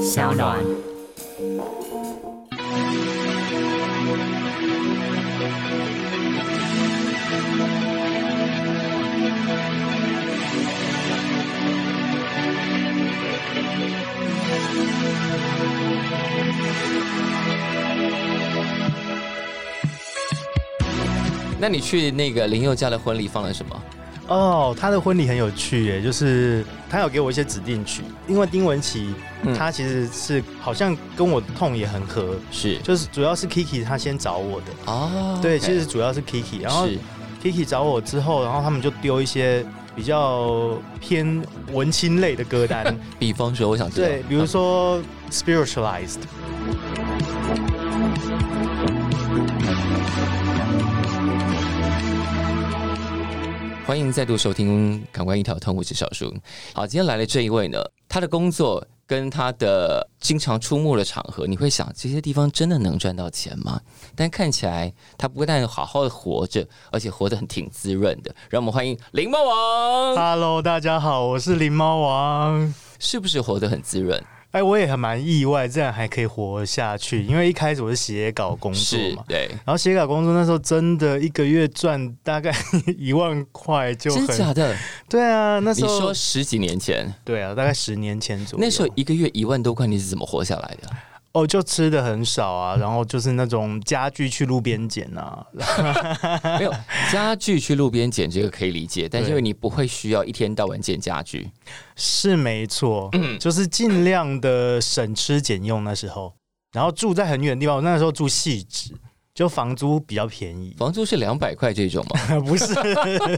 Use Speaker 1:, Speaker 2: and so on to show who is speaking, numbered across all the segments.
Speaker 1: 小暖。
Speaker 2: 那你去那个林宥嘉的婚礼放了什么？
Speaker 3: 哦，他的婚礼很有趣耶，就是他有给我一些指定曲，因为丁文琪
Speaker 2: 嗯
Speaker 3: 他其实是好像跟我的痛也很合，
Speaker 2: 是
Speaker 3: 就是主要是 Kiki 他先找我的，
Speaker 2: 哦，
Speaker 3: 对，
Speaker 2: OK
Speaker 3: 其实主要是 Kiki，然后
Speaker 2: 是
Speaker 3: Kiki 找我之后，然后他们就丢一些比较偏文青类的 歌单，
Speaker 2: 比方说，我想知道，
Speaker 3: 对，比如说 Spiritualized，
Speaker 2: 欢迎再度收听《感官一条通》，我是小叔。好，今天来的这一位呢，他的工作跟他的经常出没的场合，你会想这些地方真的能赚到钱吗？但看起来他不但好好的活着，而且活得很挺滋润的。让我们欢迎林猫王，
Speaker 3: Hello，大家好，我是狸猫王。
Speaker 2: 是不是活得很滋润？
Speaker 3: 哎，我也很蛮意外，这样还可以活下去，因为一开始我是写稿工作
Speaker 2: 是
Speaker 3: 嘛，，
Speaker 2: 对，
Speaker 3: 然后写稿工作那时候真的一个月赚大概 一万块就
Speaker 2: 真
Speaker 3: 很
Speaker 2: 假的？
Speaker 3: 对啊，那
Speaker 2: 你
Speaker 3: 时候
Speaker 2: 说十几年前，
Speaker 3: 对啊，大概十年前左右，
Speaker 2: 那时候一个月一万多块，你是怎么活下来的？
Speaker 3: 哦就吃的很少啊，然后就是那种家具去路边捡啊，
Speaker 2: 没有家具去路边捡，这个可以理解，但是
Speaker 3: 对
Speaker 2: 因为你不会需要一天到晚捡家具。
Speaker 3: 是没错，
Speaker 2: 嗯
Speaker 3: 就是尽量的省吃俭用那时候，然后住在很远的地方，我那时候住汐止，就房租比较便宜，
Speaker 2: 房租是两百块这种 嘛？
Speaker 3: 不是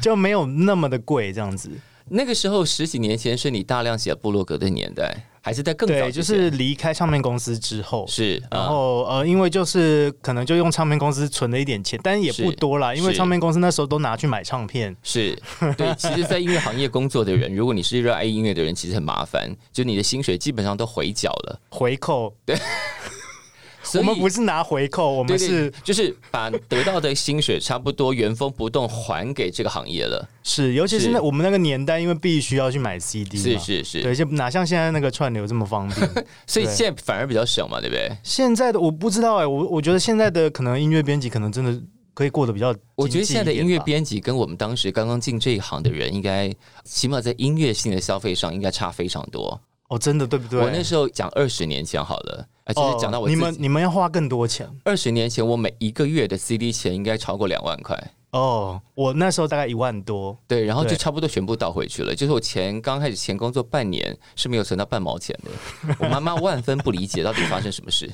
Speaker 3: 就没有那么的贵这样子。
Speaker 2: 那个时候十几年前是你大量写部落格的年代，还是在更早
Speaker 3: 对，
Speaker 2: 之
Speaker 3: 就
Speaker 2: 前？
Speaker 3: 是离开唱片公司之后。
Speaker 2: 是，
Speaker 3: 然
Speaker 2: 嗯
Speaker 3: 后呃，因为就是可能就用唱片公司存了一点钱，但也不
Speaker 2: 是
Speaker 3: 多啦，因为
Speaker 2: 是
Speaker 3: 唱片公司那时候都拿去买唱片，
Speaker 2: 是对。 其实，在音乐行业工作的人，如果你是热爱音乐的人，其实很麻烦，就你的薪水基本上都回缴了。
Speaker 3: 回扣。
Speaker 2: 所
Speaker 3: 我
Speaker 2: 以
Speaker 3: 们不是拿回扣，我
Speaker 2: 对对，
Speaker 3: 们是
Speaker 2: 就是把得到的薪水差不多原封不动还给这个行业了。
Speaker 3: 是，尤其是
Speaker 2: 是
Speaker 3: 那我们那个年代，因为必须要去买 CD
Speaker 2: 是
Speaker 3: 嘛，
Speaker 2: 是是，
Speaker 3: 对，就哪像现在那个串流这么方便。
Speaker 2: 所以
Speaker 3: 对
Speaker 2: 现在反而比较省嘛，对不对？
Speaker 3: 现在的我不知道哎、我我觉得现在的可能音乐编辑可能真的可以过得比较经济一点吧，
Speaker 2: 我觉得现在的音乐编辑跟我们当时刚刚进这一行的人，应该起码在音乐性的消费上应该差非常多。
Speaker 3: 哦，真的对不对？
Speaker 2: 我那时候讲二十年前好了，啊，其实讲到我
Speaker 3: 哦、你
Speaker 2: 自
Speaker 3: 们
Speaker 2: 己，
Speaker 3: 你们要花更多钱
Speaker 2: 二十年前我每一个月的 CD 钱应该超过两万块。
Speaker 3: 哦，我那时候大概一万多，
Speaker 2: 对，然后就
Speaker 3: 对
Speaker 2: 差不多全部倒回去了。就是我前刚开始前工作半年是没有存到半毛钱 的，我妈妈万分不理解到底发生什么事。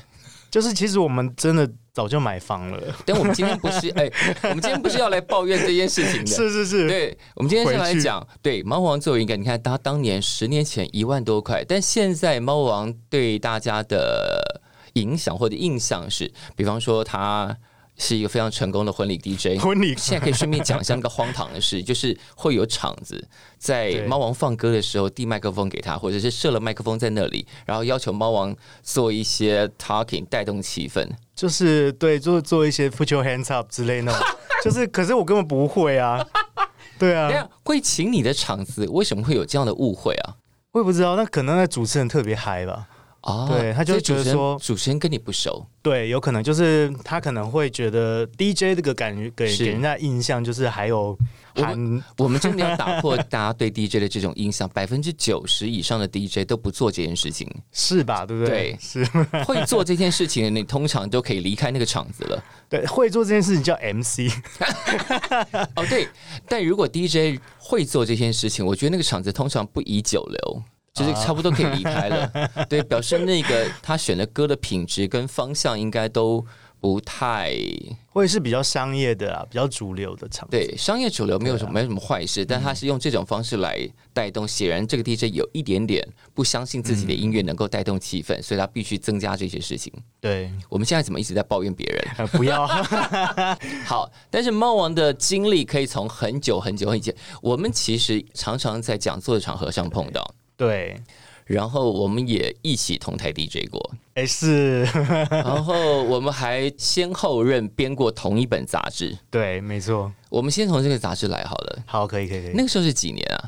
Speaker 3: 就是其实我们真的早就买房了，
Speaker 2: 但我们今天不是哎，我们今天不是要来抱怨这件事情的，
Speaker 3: 是是是，
Speaker 2: 对，我们今天先来
Speaker 3: 回去
Speaker 2: 讲，对猫王作为一个，你看他当年十年前一万多块，但现在猫王对大家的影响或者印象是，比方说他是一个非常成功的婚礼 DJ。
Speaker 3: 婚礼
Speaker 2: 现在可以顺便讲一下那个荒唐的 事，就是会有场子在
Speaker 3: 对
Speaker 2: 猫王放歌的时候递麦克风给他，或者是设了麦克风在那里，然后要求猫王做一些 talking 带动气氛。
Speaker 3: 嗯就是对，做做一些 put your hands up 之类那 种，就是可是我根本不会啊，
Speaker 2: 等
Speaker 3: 对
Speaker 2: 一
Speaker 3: 啊，
Speaker 2: 下会请你的场子为什么会有这样的误会啊？
Speaker 3: 我也不知道，那可能那主持人特别嗨吧。
Speaker 2: 哦，
Speaker 3: 对他就
Speaker 2: 所以
Speaker 3: 觉得
Speaker 2: 主持人
Speaker 3: 说
Speaker 2: 主持人跟你不熟，
Speaker 3: 对，有可能就是他可能会觉得 DJ 这个感觉给
Speaker 2: 是
Speaker 3: 给人家印象就是还有
Speaker 2: 我
Speaker 3: 含
Speaker 2: 我们真的要打破大家对 DJ 的这种印象，百分之九十以上的 DJ 都不做这件事 情，
Speaker 3: 是吧？对不
Speaker 2: 对
Speaker 3: 对？是
Speaker 2: 会做这件事情的你通常都可以离开那个场子了。
Speaker 3: 对，会做这件事情叫 MC，
Speaker 2: 哦，对，但如果 DJ 会做这件事情，我觉得那个场子通常不宜久留。就是差不多可以离开
Speaker 3: 啊
Speaker 2: 了，对，表示那个他选的歌的品质跟方向应该都不太
Speaker 3: 会是比较商业的啊，比较主流的场。，
Speaker 2: 对，商业主流
Speaker 3: 啊
Speaker 2: 没有什么、没有什么坏事，
Speaker 3: 嗯
Speaker 2: 但他是用这种方式来带动，显然这个 DJ 有一点点不相信自己的音乐能够带动气
Speaker 3: 嗯
Speaker 2: 氛，所以他必须增加这些事情。
Speaker 3: 对，
Speaker 2: 我们现在怎么一直在抱怨别 人？
Speaker 3: 呃、不要
Speaker 2: 好，但是猫王的经历可以从很久很久以前，我们其实常常在讲座的场合上碰到，
Speaker 3: 对，
Speaker 2: 然后我们也一起同台 DJ 过，
Speaker 3: 哎是，
Speaker 2: 然后我们还先后任编过同一本杂志。
Speaker 3: 对，没错。
Speaker 2: 我们先从这个杂志来好了。
Speaker 3: 好，可以可以可以。
Speaker 2: 那个时候是几年啊？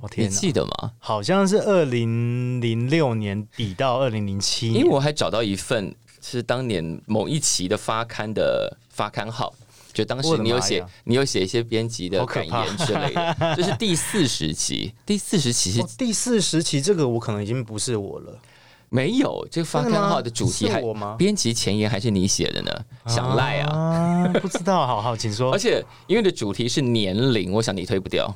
Speaker 3: 我
Speaker 2: 你
Speaker 3: 天哪，
Speaker 2: 记得吗？
Speaker 3: 好像是二零零六年底到二零零七
Speaker 2: 因
Speaker 3: 年
Speaker 2: 为，我还找到一份是当年某一期的发刊的发刊号。就当时
Speaker 3: 我的
Speaker 2: 你有
Speaker 3: 妈
Speaker 2: 写
Speaker 3: 呀，
Speaker 2: 你有写一些编辑的
Speaker 3: 好可
Speaker 2: 感言之类 的，这是第四十期。第四十期是
Speaker 3: 哦、第四十期这个我可能已经不是我了，
Speaker 2: 没有这个发刊号的主题
Speaker 3: 真的吗
Speaker 2: 还
Speaker 3: 是我吗
Speaker 2: 编辑前言还是你写的呢？想赖啊！
Speaker 3: 啊，不知道，好好，请说
Speaker 2: 而。且因为的主题是年龄，我想你推不掉。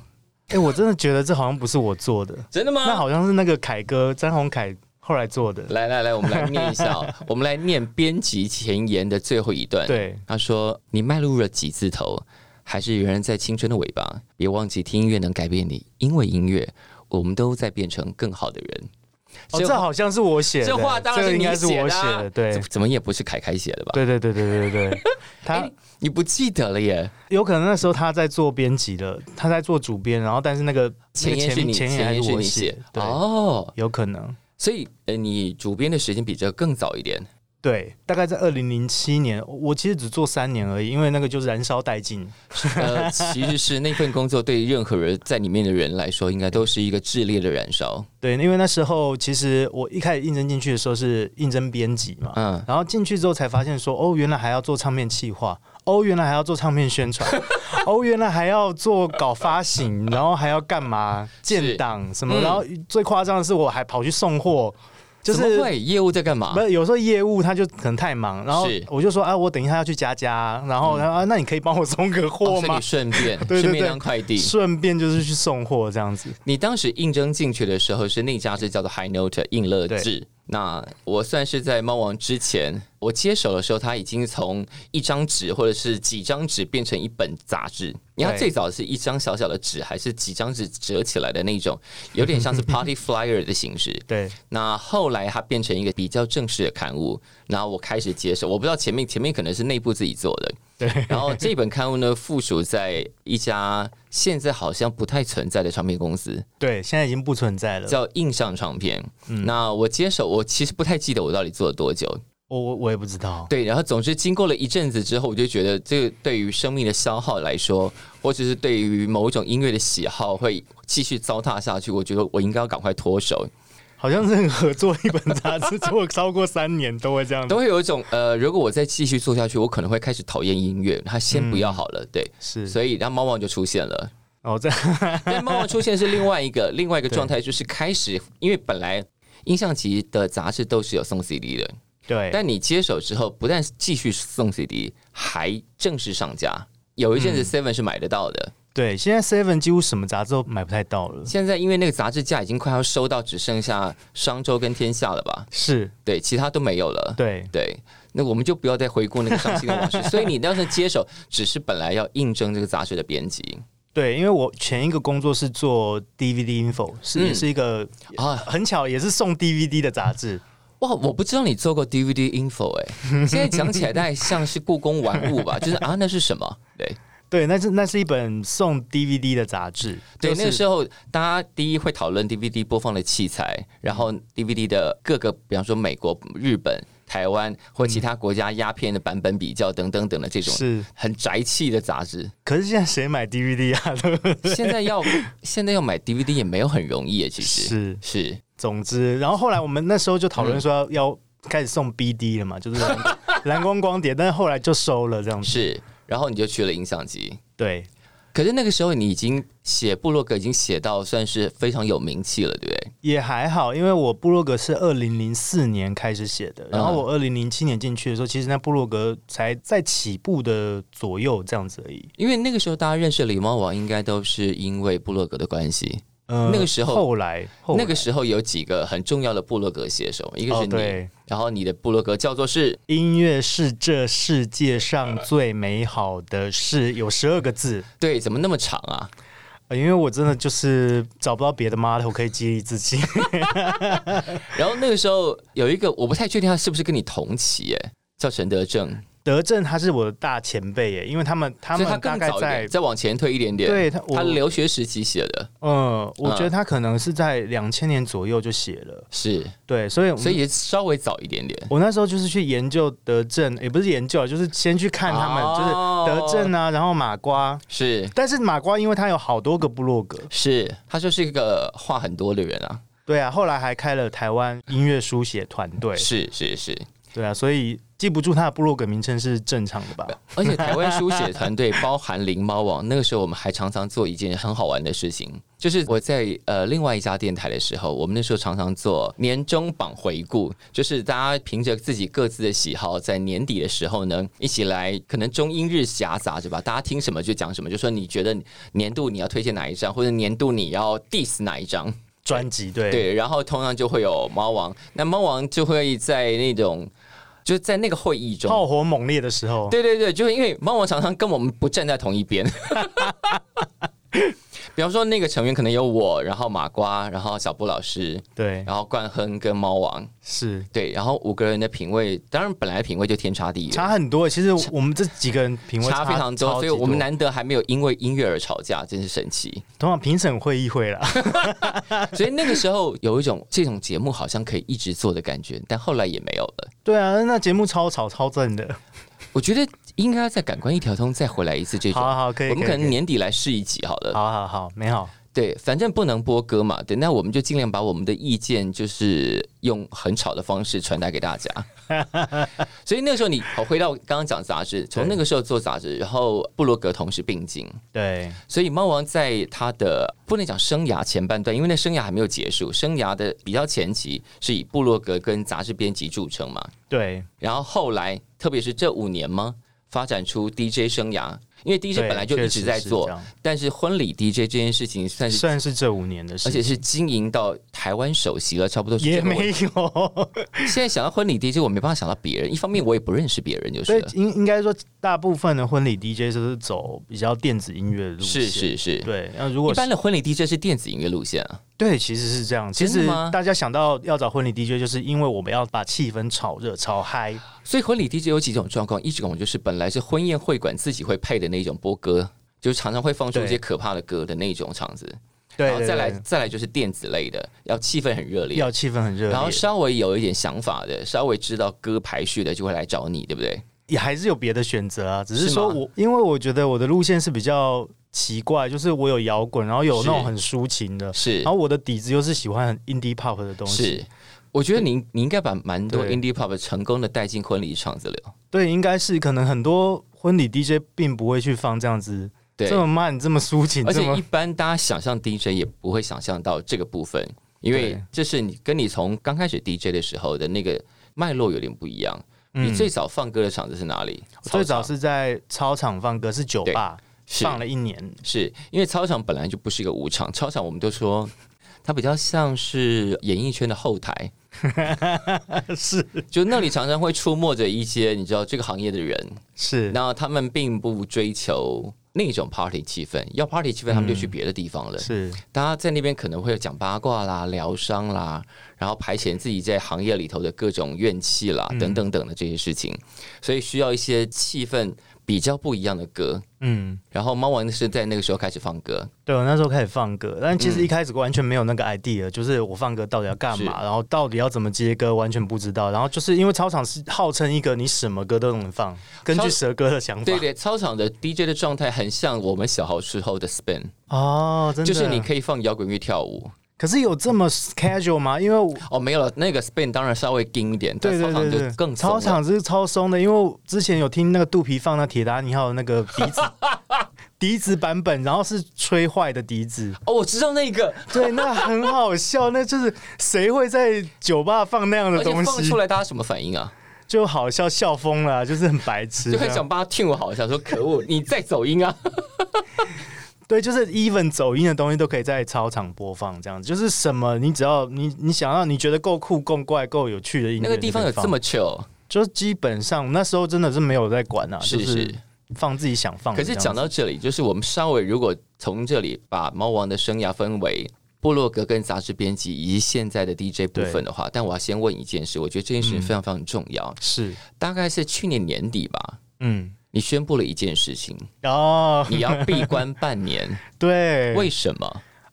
Speaker 3: 哎、我真的觉得这好像不是我做的，
Speaker 2: 真的吗？
Speaker 3: 那好像是那个凯哥詹宏凯后来做的。
Speaker 2: 来来来，我们来念一下 哦、我们来念编辑前言的最后一段。，
Speaker 3: 对，
Speaker 2: 他说：“你迈入了几字头，还是仍然在青春的尾巴？别忘记，听音乐能改变你，因为音乐，我们都在变成更好的人。
Speaker 3: 哦，这好像是我写的，
Speaker 2: 这话当然
Speaker 3: 这
Speaker 2: 是
Speaker 3: 个应该
Speaker 2: 你
Speaker 3: 是
Speaker 2: 写
Speaker 3: 我
Speaker 2: 的啊
Speaker 3: 写的，对
Speaker 2: 怎，怎么也不是凯凯写的吧？
Speaker 3: 对对对对对 对对，他
Speaker 2: 你不记得了耶？
Speaker 3: 有可能那时候他在做编辑了，他在做主编，然后但是那个那
Speaker 2: 前
Speaker 3: 个
Speaker 2: 言是
Speaker 3: 前
Speaker 2: 你，
Speaker 3: 前言
Speaker 2: 前
Speaker 3: 还
Speaker 2: 言
Speaker 3: 是
Speaker 2: 是
Speaker 3: 我
Speaker 2: 你
Speaker 3: 写
Speaker 2: 写，
Speaker 3: 对，
Speaker 2: 哦。
Speaker 3: 有可能，
Speaker 2: 所以，呃，你主编的时间比这更早一点。
Speaker 3: 对，大概在二零零七年，我其实只做三年而已，因为那个就是燃烧殆尽，
Speaker 2: 呃，其实是那份工作对任何人在里面的人来说，应该都是一个炽烈的燃烧。
Speaker 3: 对，因为那时候其实我一开始应征进去的时候是应征编辑嘛，
Speaker 2: 嗯，
Speaker 3: 然后进去之后才发现说，哦，原来还要做唱片企划，哦，原来还要做唱片 宣传，哦，原来还要做搞发行，然后还要干嘛建档什么，
Speaker 2: 嗯
Speaker 3: 然后最夸张的是我还跑去送货，就
Speaker 2: 怎么
Speaker 3: 是。
Speaker 2: 会业务在干嘛
Speaker 3: 不？是，有时候业务他就可能太忙，然后
Speaker 2: 是嗯
Speaker 3: 我就说啊，我等一下要去佳佳，然后他说、啊，那你可以帮我送个
Speaker 2: 哦
Speaker 3: 货
Speaker 2: 所以
Speaker 3: 吗
Speaker 2: 你？顺便
Speaker 3: 对对
Speaker 2: 顺便
Speaker 3: 对
Speaker 2: 当快递。
Speaker 3: 顺便就是去送货这样子。
Speaker 2: 你当时应征进去的时候是那家是叫做 High Note 应乐制。那我算是在猫王之前，我接手的时候，它已经从一张纸或者是几张纸变成一本杂志。你看，
Speaker 3: 对
Speaker 2: 最早是一张小小的纸，还是几张纸折起来的那种，有点 像是 Party Flyer 的形式。
Speaker 3: 对，
Speaker 2: 那后来它变成一个比较正式的刊物，然后我开始接手，我不知道前面前面可能是内部自己做的，
Speaker 3: 对。
Speaker 2: 然后这本刊物呢附属在一家现在好像不太存在的唱片公司，
Speaker 3: 对，现在已经不存在了。
Speaker 2: 叫印象唱片。那我接手，我其实不太记得我到底做了多久。
Speaker 3: 我我我也不知道。
Speaker 2: 对，然后总之经过了一阵子之后，我就觉得这个对于生命的消耗来说，或者是对于某一种音乐的喜好会继续糟蹋下去，我觉得我应该要赶快脱手。
Speaker 3: 好像任何做一本杂志 做超过三年都会这样子
Speaker 2: 都。会有一种呃，如果我再继续做下去，我可能会开始讨厌音乐。他先不要好了，对，
Speaker 3: 是，
Speaker 2: 所以然后猫王就出现了。
Speaker 3: 哦， 这
Speaker 2: 但猫王出现是另外一个另外一个状态，就是开始，因为本来音像集的杂志都是有送 CD 的，
Speaker 3: 对
Speaker 2: 但你接手之后，不但继续送 CD，还正式上架。有一阵子 Seven 是买得到的，
Speaker 3: 对，现在 Seven 几乎什么杂志都买不太到了。
Speaker 2: 现在因为那个杂志价已经快要收到只剩下商周跟天下了吧？
Speaker 3: 是，
Speaker 2: 对，其他都没有了。
Speaker 3: 对，
Speaker 2: 对，那我们就不要再回顾那个伤心的 往事。所以你当时接手，只是本来要应征这个杂志的编辑
Speaker 3: 对，因为我前一个工作是做 DVD info，是、也
Speaker 2: 嗯
Speaker 3: 是一个
Speaker 2: 啊。
Speaker 3: 很巧也是送 DVD 的杂志。
Speaker 2: 哇，我不知道你做过 DVD info 哎、 现在讲起来大概像是故宫玩物吧，就是 啊，那是什么？对
Speaker 3: 对，那是那是一本送 DVD 的杂志。
Speaker 2: 对，
Speaker 3: 就是
Speaker 2: 那个时候大家第一会讨论 DVD 播放的器材，然后
Speaker 3: 嗯
Speaker 2: DVD 的各个，比方说美国、日本、台湾或其他国家鸦片的版本比较等等等的这种
Speaker 3: 是，
Speaker 2: 很宅气的杂 志。
Speaker 3: 可是现在谁买 DVD 啊？对不对
Speaker 2: 现在要现在要买 DVD 也没有很容易耶，其实
Speaker 3: 是，
Speaker 2: 是
Speaker 3: 总之，然后后来我们那时候就讨论说要、
Speaker 2: 嗯
Speaker 3: 要开始送 BD 了嘛，就是蓝 蓝光光碟，但是后来就收了这样子。
Speaker 2: 是，然后你就去了音像机。
Speaker 3: 对，
Speaker 2: 可是那个时候你已经写部落格，已经写到算是非常有名气了，对不对？
Speaker 3: 也还好，因为我部落格是二零零四年开始写的，然后
Speaker 2: 嗯
Speaker 3: 我二零零七年进去的时候，其实那部落格才在起步的左右这样子而已。
Speaker 2: 因为那个时候大家认识狸猫王，应该都是因为部落格的关系。
Speaker 3: 嗯
Speaker 2: 那个时候
Speaker 3: 后来，后来
Speaker 2: 那个时候有几个很重要的部落格写手，一个
Speaker 3: 哦
Speaker 2: 是，你，
Speaker 3: 对，
Speaker 2: 然后你的部落格叫做是
Speaker 3: 音乐是这世界上最美好的事，有十二个字、
Speaker 2: 对，怎么那么长啊？
Speaker 3: 呃因为我真的就是找不到别的 model 可以激励自己。
Speaker 2: 然后那个时候有一个我不太确定他是不是跟你同期，哎，叫陈德正，
Speaker 3: 德政他是我的大前辈耶，因为他们他
Speaker 2: 所以
Speaker 3: 们
Speaker 2: 他
Speaker 3: 大
Speaker 2: 更
Speaker 3: 概
Speaker 2: 早一
Speaker 3: 在
Speaker 2: 点，再往前推一点点，
Speaker 3: 对他我
Speaker 2: 他留学时期写的，
Speaker 3: 嗯，我觉得
Speaker 2: 嗯
Speaker 3: 他可能是在两千年左右就写了，
Speaker 2: 是，
Speaker 3: 对，所以我
Speaker 2: 所以也稍微早一点点。
Speaker 3: 我那时候就是去研究德政，也不是研究，啊就是先去看他们，
Speaker 2: 哦
Speaker 3: 就是德政啊，然后马瓜，
Speaker 2: 是
Speaker 3: 但是马瓜因为他有好多个部落格，
Speaker 2: 是，他就是一个话很多的人啊。
Speaker 3: 对啊，后来还开了台湾音乐书写团队，
Speaker 2: 是是是，
Speaker 3: 对啊，所以记不住他的部落格名称是正常的吧？
Speaker 2: 而且台湾书写团队包含灵猫网，那个时候我们还常常做一件很好玩的事情，就是我在呃另外一家电台的时候，我们那时候常常做年终榜回顾，就是大家凭着自己各自的喜好，在年底的时候呢，一起来可能中英日夹杂着吧，大家听什么就讲什么，就说你觉得年度你要推荐哪一张，或者年度你要 diss 哪一张。
Speaker 3: 专辑对，
Speaker 2: 对，然后通常就会有猫王，那猫王就会在那种就在那个会议中，
Speaker 3: 炮火猛烈的时候，
Speaker 2: 对对对，就是因为猫王常常跟我们不站在同一 边。比方说，那个成员可能有我，然后马瓜，然后小布老师，
Speaker 3: 对
Speaker 2: 然后冠亨跟猫王，
Speaker 3: 是
Speaker 2: 对，然后五个人的品味，当然本来品味就天差地远，
Speaker 3: 差很多。其实我们这几个人品味
Speaker 2: 差非常多，
Speaker 3: 超
Speaker 2: 所
Speaker 3: 级
Speaker 2: 以我们难得还没有因为音乐而吵架，真是神奇。
Speaker 3: 通常评审会议会啦，
Speaker 2: 所以那个时候有一种这种节目好像可以一直做的感觉，但后来也没有了。
Speaker 3: 对啊，那节目超吵超正的，
Speaker 2: 我觉得应该在感官一条通再回来一次这种，
Speaker 3: 好好可以，
Speaker 2: 我们可
Speaker 3: 以
Speaker 2: 能年底来试一集好了。
Speaker 3: 好好好美好，
Speaker 2: 对，反正不能播歌嘛，对，那我们就尽量把我们的意见，就是用很吵的方式传达给大家。 所以那个时候你，好回到刚刚讲杂志，从
Speaker 3: 对
Speaker 2: 那个时候做杂志，然后布洛格同时并进，
Speaker 3: 对
Speaker 2: 所以猫王在他的不能讲生涯前半段，因为那生涯还没有结束，生涯的比较前期是以布洛格跟杂志编辑著称嘛，
Speaker 3: 对
Speaker 2: 然后后来特别是这五年吗，发展出 DJ 生涯，因为 DJ
Speaker 3: 对
Speaker 2: 本来就一直在，
Speaker 3: 确
Speaker 2: 做，
Speaker 3: 实是
Speaker 2: 但是婚礼 DJ 这件事情算
Speaker 3: 这样
Speaker 2: 是
Speaker 3: 算是这五年的事，
Speaker 2: 而且是经营到台湾首席了，差不多是这
Speaker 3: 也
Speaker 2: 个位置
Speaker 3: 没有，
Speaker 2: 现在想到婚礼 DJ，我没办法想到别人。一方面我也不认识别人，就
Speaker 3: 所
Speaker 2: 是
Speaker 3: 以
Speaker 2: 了
Speaker 3: 应应该说大部分的婚礼 DJ 都是走比较电子音乐的路线，
Speaker 2: 是是是，
Speaker 3: 对。那如
Speaker 2: 一
Speaker 3: 果是
Speaker 2: 般的婚礼 DJ 是电子音乐路线啊，
Speaker 3: 对，其实是这样。其
Speaker 2: 真的
Speaker 3: 实
Speaker 2: 吗
Speaker 3: 大家想到要找婚礼 DJ，就是因为我们要把气氛炒热、炒嗨。
Speaker 2: 所以婚礼 DJ 有几种状况，一种就是本来是婚宴会馆自己会配的那种播歌。就是常常会放出一些
Speaker 3: 对
Speaker 2: 可怕的歌的那种场子，
Speaker 3: 对
Speaker 2: 然后
Speaker 3: 对
Speaker 2: 再来
Speaker 3: 对
Speaker 2: 再来就是电子类的，要气氛很热烈，
Speaker 3: 要气氛很热烈，
Speaker 2: 然后稍微有一点想法的，稍微知道歌排序的就会来找你，对不对？
Speaker 3: 也还是有别的选择啊。只是
Speaker 2: 是
Speaker 3: 说
Speaker 2: 吗
Speaker 3: 我，因为我觉得我的路线是比较奇怪，就是我有摇滚，然后有那种
Speaker 2: 是
Speaker 3: 很抒情的，
Speaker 2: 是
Speaker 3: 然后我的底子又是喜欢很 indie pop 的东西。
Speaker 2: 是，我觉得你你应该把蛮多
Speaker 3: 对
Speaker 2: indie pop 成功的带进婚礼场子里了。
Speaker 3: 对，应该是可能很多婚礼 DJ 并不会去放这样子
Speaker 2: 对
Speaker 3: 这，么慢、这么抒情、
Speaker 2: 而
Speaker 3: 这
Speaker 2: 且
Speaker 3: 么
Speaker 2: 一般大家想象 DJ 也不会想象到这个部分，因为
Speaker 3: 对
Speaker 2: 这是你跟你从刚开始 DJ 的时候的那个脉络有点不一样。你最早放歌的场子是哪里？
Speaker 3: 我嗯最
Speaker 2: 操
Speaker 3: 早
Speaker 2: 场
Speaker 3: 是在操场放歌，是酒
Speaker 2: 对
Speaker 3: 吧
Speaker 2: 是
Speaker 3: 放了一年。
Speaker 2: 是因为操场本来就不是一个舞场，操场我们都说它比较像是演艺圈的后台，
Speaker 3: 是
Speaker 2: 就那里常常会出没着一些你知道这个行业的人，
Speaker 3: 是，
Speaker 2: 那他们并不追求那种 party 气氛，要 party 气氛，他们就去别的地方了。
Speaker 3: 是
Speaker 2: 大家在那边可能会有讲八卦啦、疗伤啦，然后排遣自己在行业里头的各种怨气啦，
Speaker 3: 嗯
Speaker 2: 等等等的这些事情，所以需要一些气氛比较不一样的歌。
Speaker 3: 嗯。
Speaker 2: 然后猫王是在那个时候开始放歌，
Speaker 3: 对，我那时候开始放歌，但其实一开始完全没有那个 idea，、就是我放歌到底要干嘛，然后到底要怎么接歌，完全不知道。然后就是因为操场是号称一个你什么歌都能放，根据蛇哥的想法。
Speaker 2: 对对，操场的 DJ 的状态很像我们小时候的 spin，
Speaker 3: 哦，真的。
Speaker 2: 就是你可以放摇滚乐跳舞。
Speaker 3: 可是有这么 casual 吗？因为我
Speaker 2: 哦，没有了，那个 spin 当然稍微硬一点，
Speaker 3: 对
Speaker 2: 但
Speaker 3: 对
Speaker 2: 操
Speaker 3: 对
Speaker 2: 场就
Speaker 3: 对，
Speaker 2: 更松
Speaker 3: 操
Speaker 2: 了
Speaker 3: 场是超松的，因为我之前有听那个肚皮放那铁达尼号的那个笛 子笛子版本，然后是吹坏的笛子。
Speaker 2: 哦，我知道那个，
Speaker 3: 对，那很好笑，那就是谁会在酒吧放那样的
Speaker 2: 而且
Speaker 3: 东
Speaker 2: 放
Speaker 3: 西
Speaker 2: 出？来大家什么反应啊？
Speaker 3: 就好笑笑疯了啊、就是很白痴
Speaker 2: 就
Speaker 3: 这
Speaker 2: 很
Speaker 3: 样。
Speaker 2: 想把他 tune 好，想说可恶，你在走音啊！
Speaker 3: 对，就是 even 走音的东西都可以在操场播放，这样子就是什么，你只要你你想要你觉得够酷、够怪、够有趣的音乐，
Speaker 2: 那个地方有这
Speaker 3: 你可以
Speaker 2: 么 chill，
Speaker 3: 放，就是基本上那时候真的是没有在管啊，
Speaker 2: 是
Speaker 3: 就是是放自己想放
Speaker 2: 可
Speaker 3: 的这
Speaker 2: 是
Speaker 3: 样子。
Speaker 2: 讲到这里，就是我们稍微如果从这里把猫王的生涯分为。部落格跟杂志编辑以及现在的 DJ 部分的话，但我要先问一件事，我觉得这件事
Speaker 3: 嗯
Speaker 2: 情非常非常重要。
Speaker 3: 是，
Speaker 2: 大概是去年年底吧，
Speaker 3: 嗯，
Speaker 2: 你宣布了一件事情，
Speaker 3: 哦，
Speaker 2: 你要闭关半年，
Speaker 3: 对，
Speaker 2: 为什么？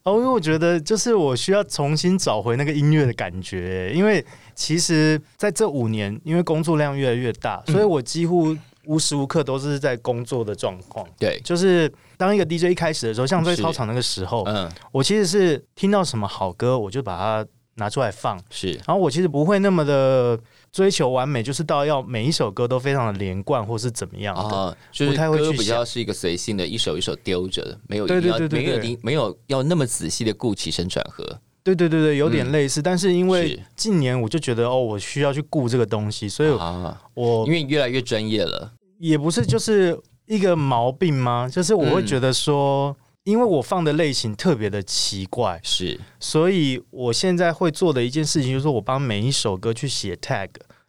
Speaker 3: 哦，因为我觉得就是我需要重新找回那个音乐的感觉，因为其实在这五年，因为工作量越来越大，
Speaker 2: 嗯
Speaker 3: 所以我几乎无时无刻都是在工作的状况。
Speaker 2: 对，
Speaker 3: 就是当一个 DJ 一开始的时候，像在
Speaker 2: 是
Speaker 3: 操场那个时候，
Speaker 2: 嗯，
Speaker 3: 我其实是听到什么好歌，我就把它拿出来放。
Speaker 2: 是
Speaker 3: 然后我其实不会那么的追求完美，就是到要每一首歌都非常的连贯，或是怎么样的。
Speaker 2: 啊，就是
Speaker 3: 不太会去
Speaker 2: 歌比较是一个随性的，一首一首丢着，没有一
Speaker 3: 对
Speaker 2: 定要
Speaker 3: 对对对
Speaker 2: 没有
Speaker 3: 对
Speaker 2: 一定没有要那么仔细的顾起承转合，
Speaker 3: 对对对对，有点
Speaker 2: 嗯
Speaker 3: 类似，但是因为
Speaker 2: 是
Speaker 3: 近年我就觉得哦，我需要去顾这个东西，所以
Speaker 2: 啊，
Speaker 3: 我
Speaker 2: 因为你越来越专业了，
Speaker 3: 也不 是就是一个毛病吗？就是我
Speaker 2: 嗯
Speaker 3: 会觉得说，因为我放的类型特别的奇怪，
Speaker 2: 是
Speaker 3: 所以我现在会做的一件事情就是我帮每一首歌去写 tag，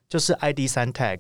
Speaker 3: 就是 ID 三 tag，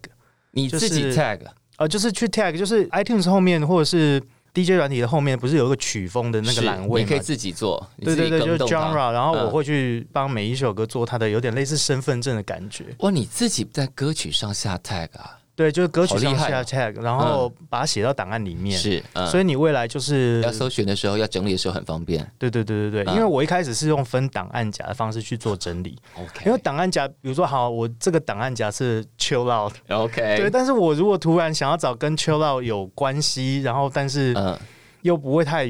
Speaker 2: 你
Speaker 3: 就
Speaker 2: 自己
Speaker 3: 是
Speaker 2: tag
Speaker 3: 呃，就是去 tag，就是 iTunes 后面或者是 DJ 软体的后面不是有一个曲风的那个
Speaker 2: 是
Speaker 3: 栏位
Speaker 2: 你可以
Speaker 3: 吗？
Speaker 2: 自己做，你
Speaker 3: 对
Speaker 2: 自己
Speaker 3: 对对，就
Speaker 2: 更
Speaker 3: 是
Speaker 2: 动它
Speaker 3: genre，然后我
Speaker 2: 嗯
Speaker 3: 会去帮每一首歌做它的有点类似身份证的感觉，
Speaker 2: 哇，你自己在歌曲上下 tag 啊？
Speaker 3: 对，就是歌曲
Speaker 2: 好厉
Speaker 3: 上
Speaker 2: 害
Speaker 3: 下
Speaker 2: 哦
Speaker 3: tag，然后把它写到档案里面，
Speaker 2: 是，嗯、
Speaker 3: 所以你未来就是
Speaker 2: 要搜寻的时候，要整理的时候很方便。
Speaker 3: 对对对对对，
Speaker 2: 嗯
Speaker 3: 因为我一开始是用分档案夹的方式去做整理，因为
Speaker 2: OK，OK，、
Speaker 3: 档案夹，比如说好，我这个档案夹是 chill out，对，
Speaker 2: OK
Speaker 3: 但是我如果突然想要找跟 chill out 有关系，然后但是
Speaker 2: 嗯，
Speaker 3: 又不会太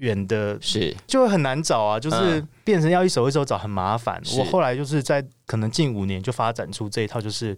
Speaker 3: 远的，
Speaker 2: 是
Speaker 3: 就会很难找啊，就是
Speaker 2: 嗯
Speaker 3: 变成要一首一首找，很麻烦。
Speaker 2: 是
Speaker 3: 我后来就是在可能近五年就发展出这一套，就是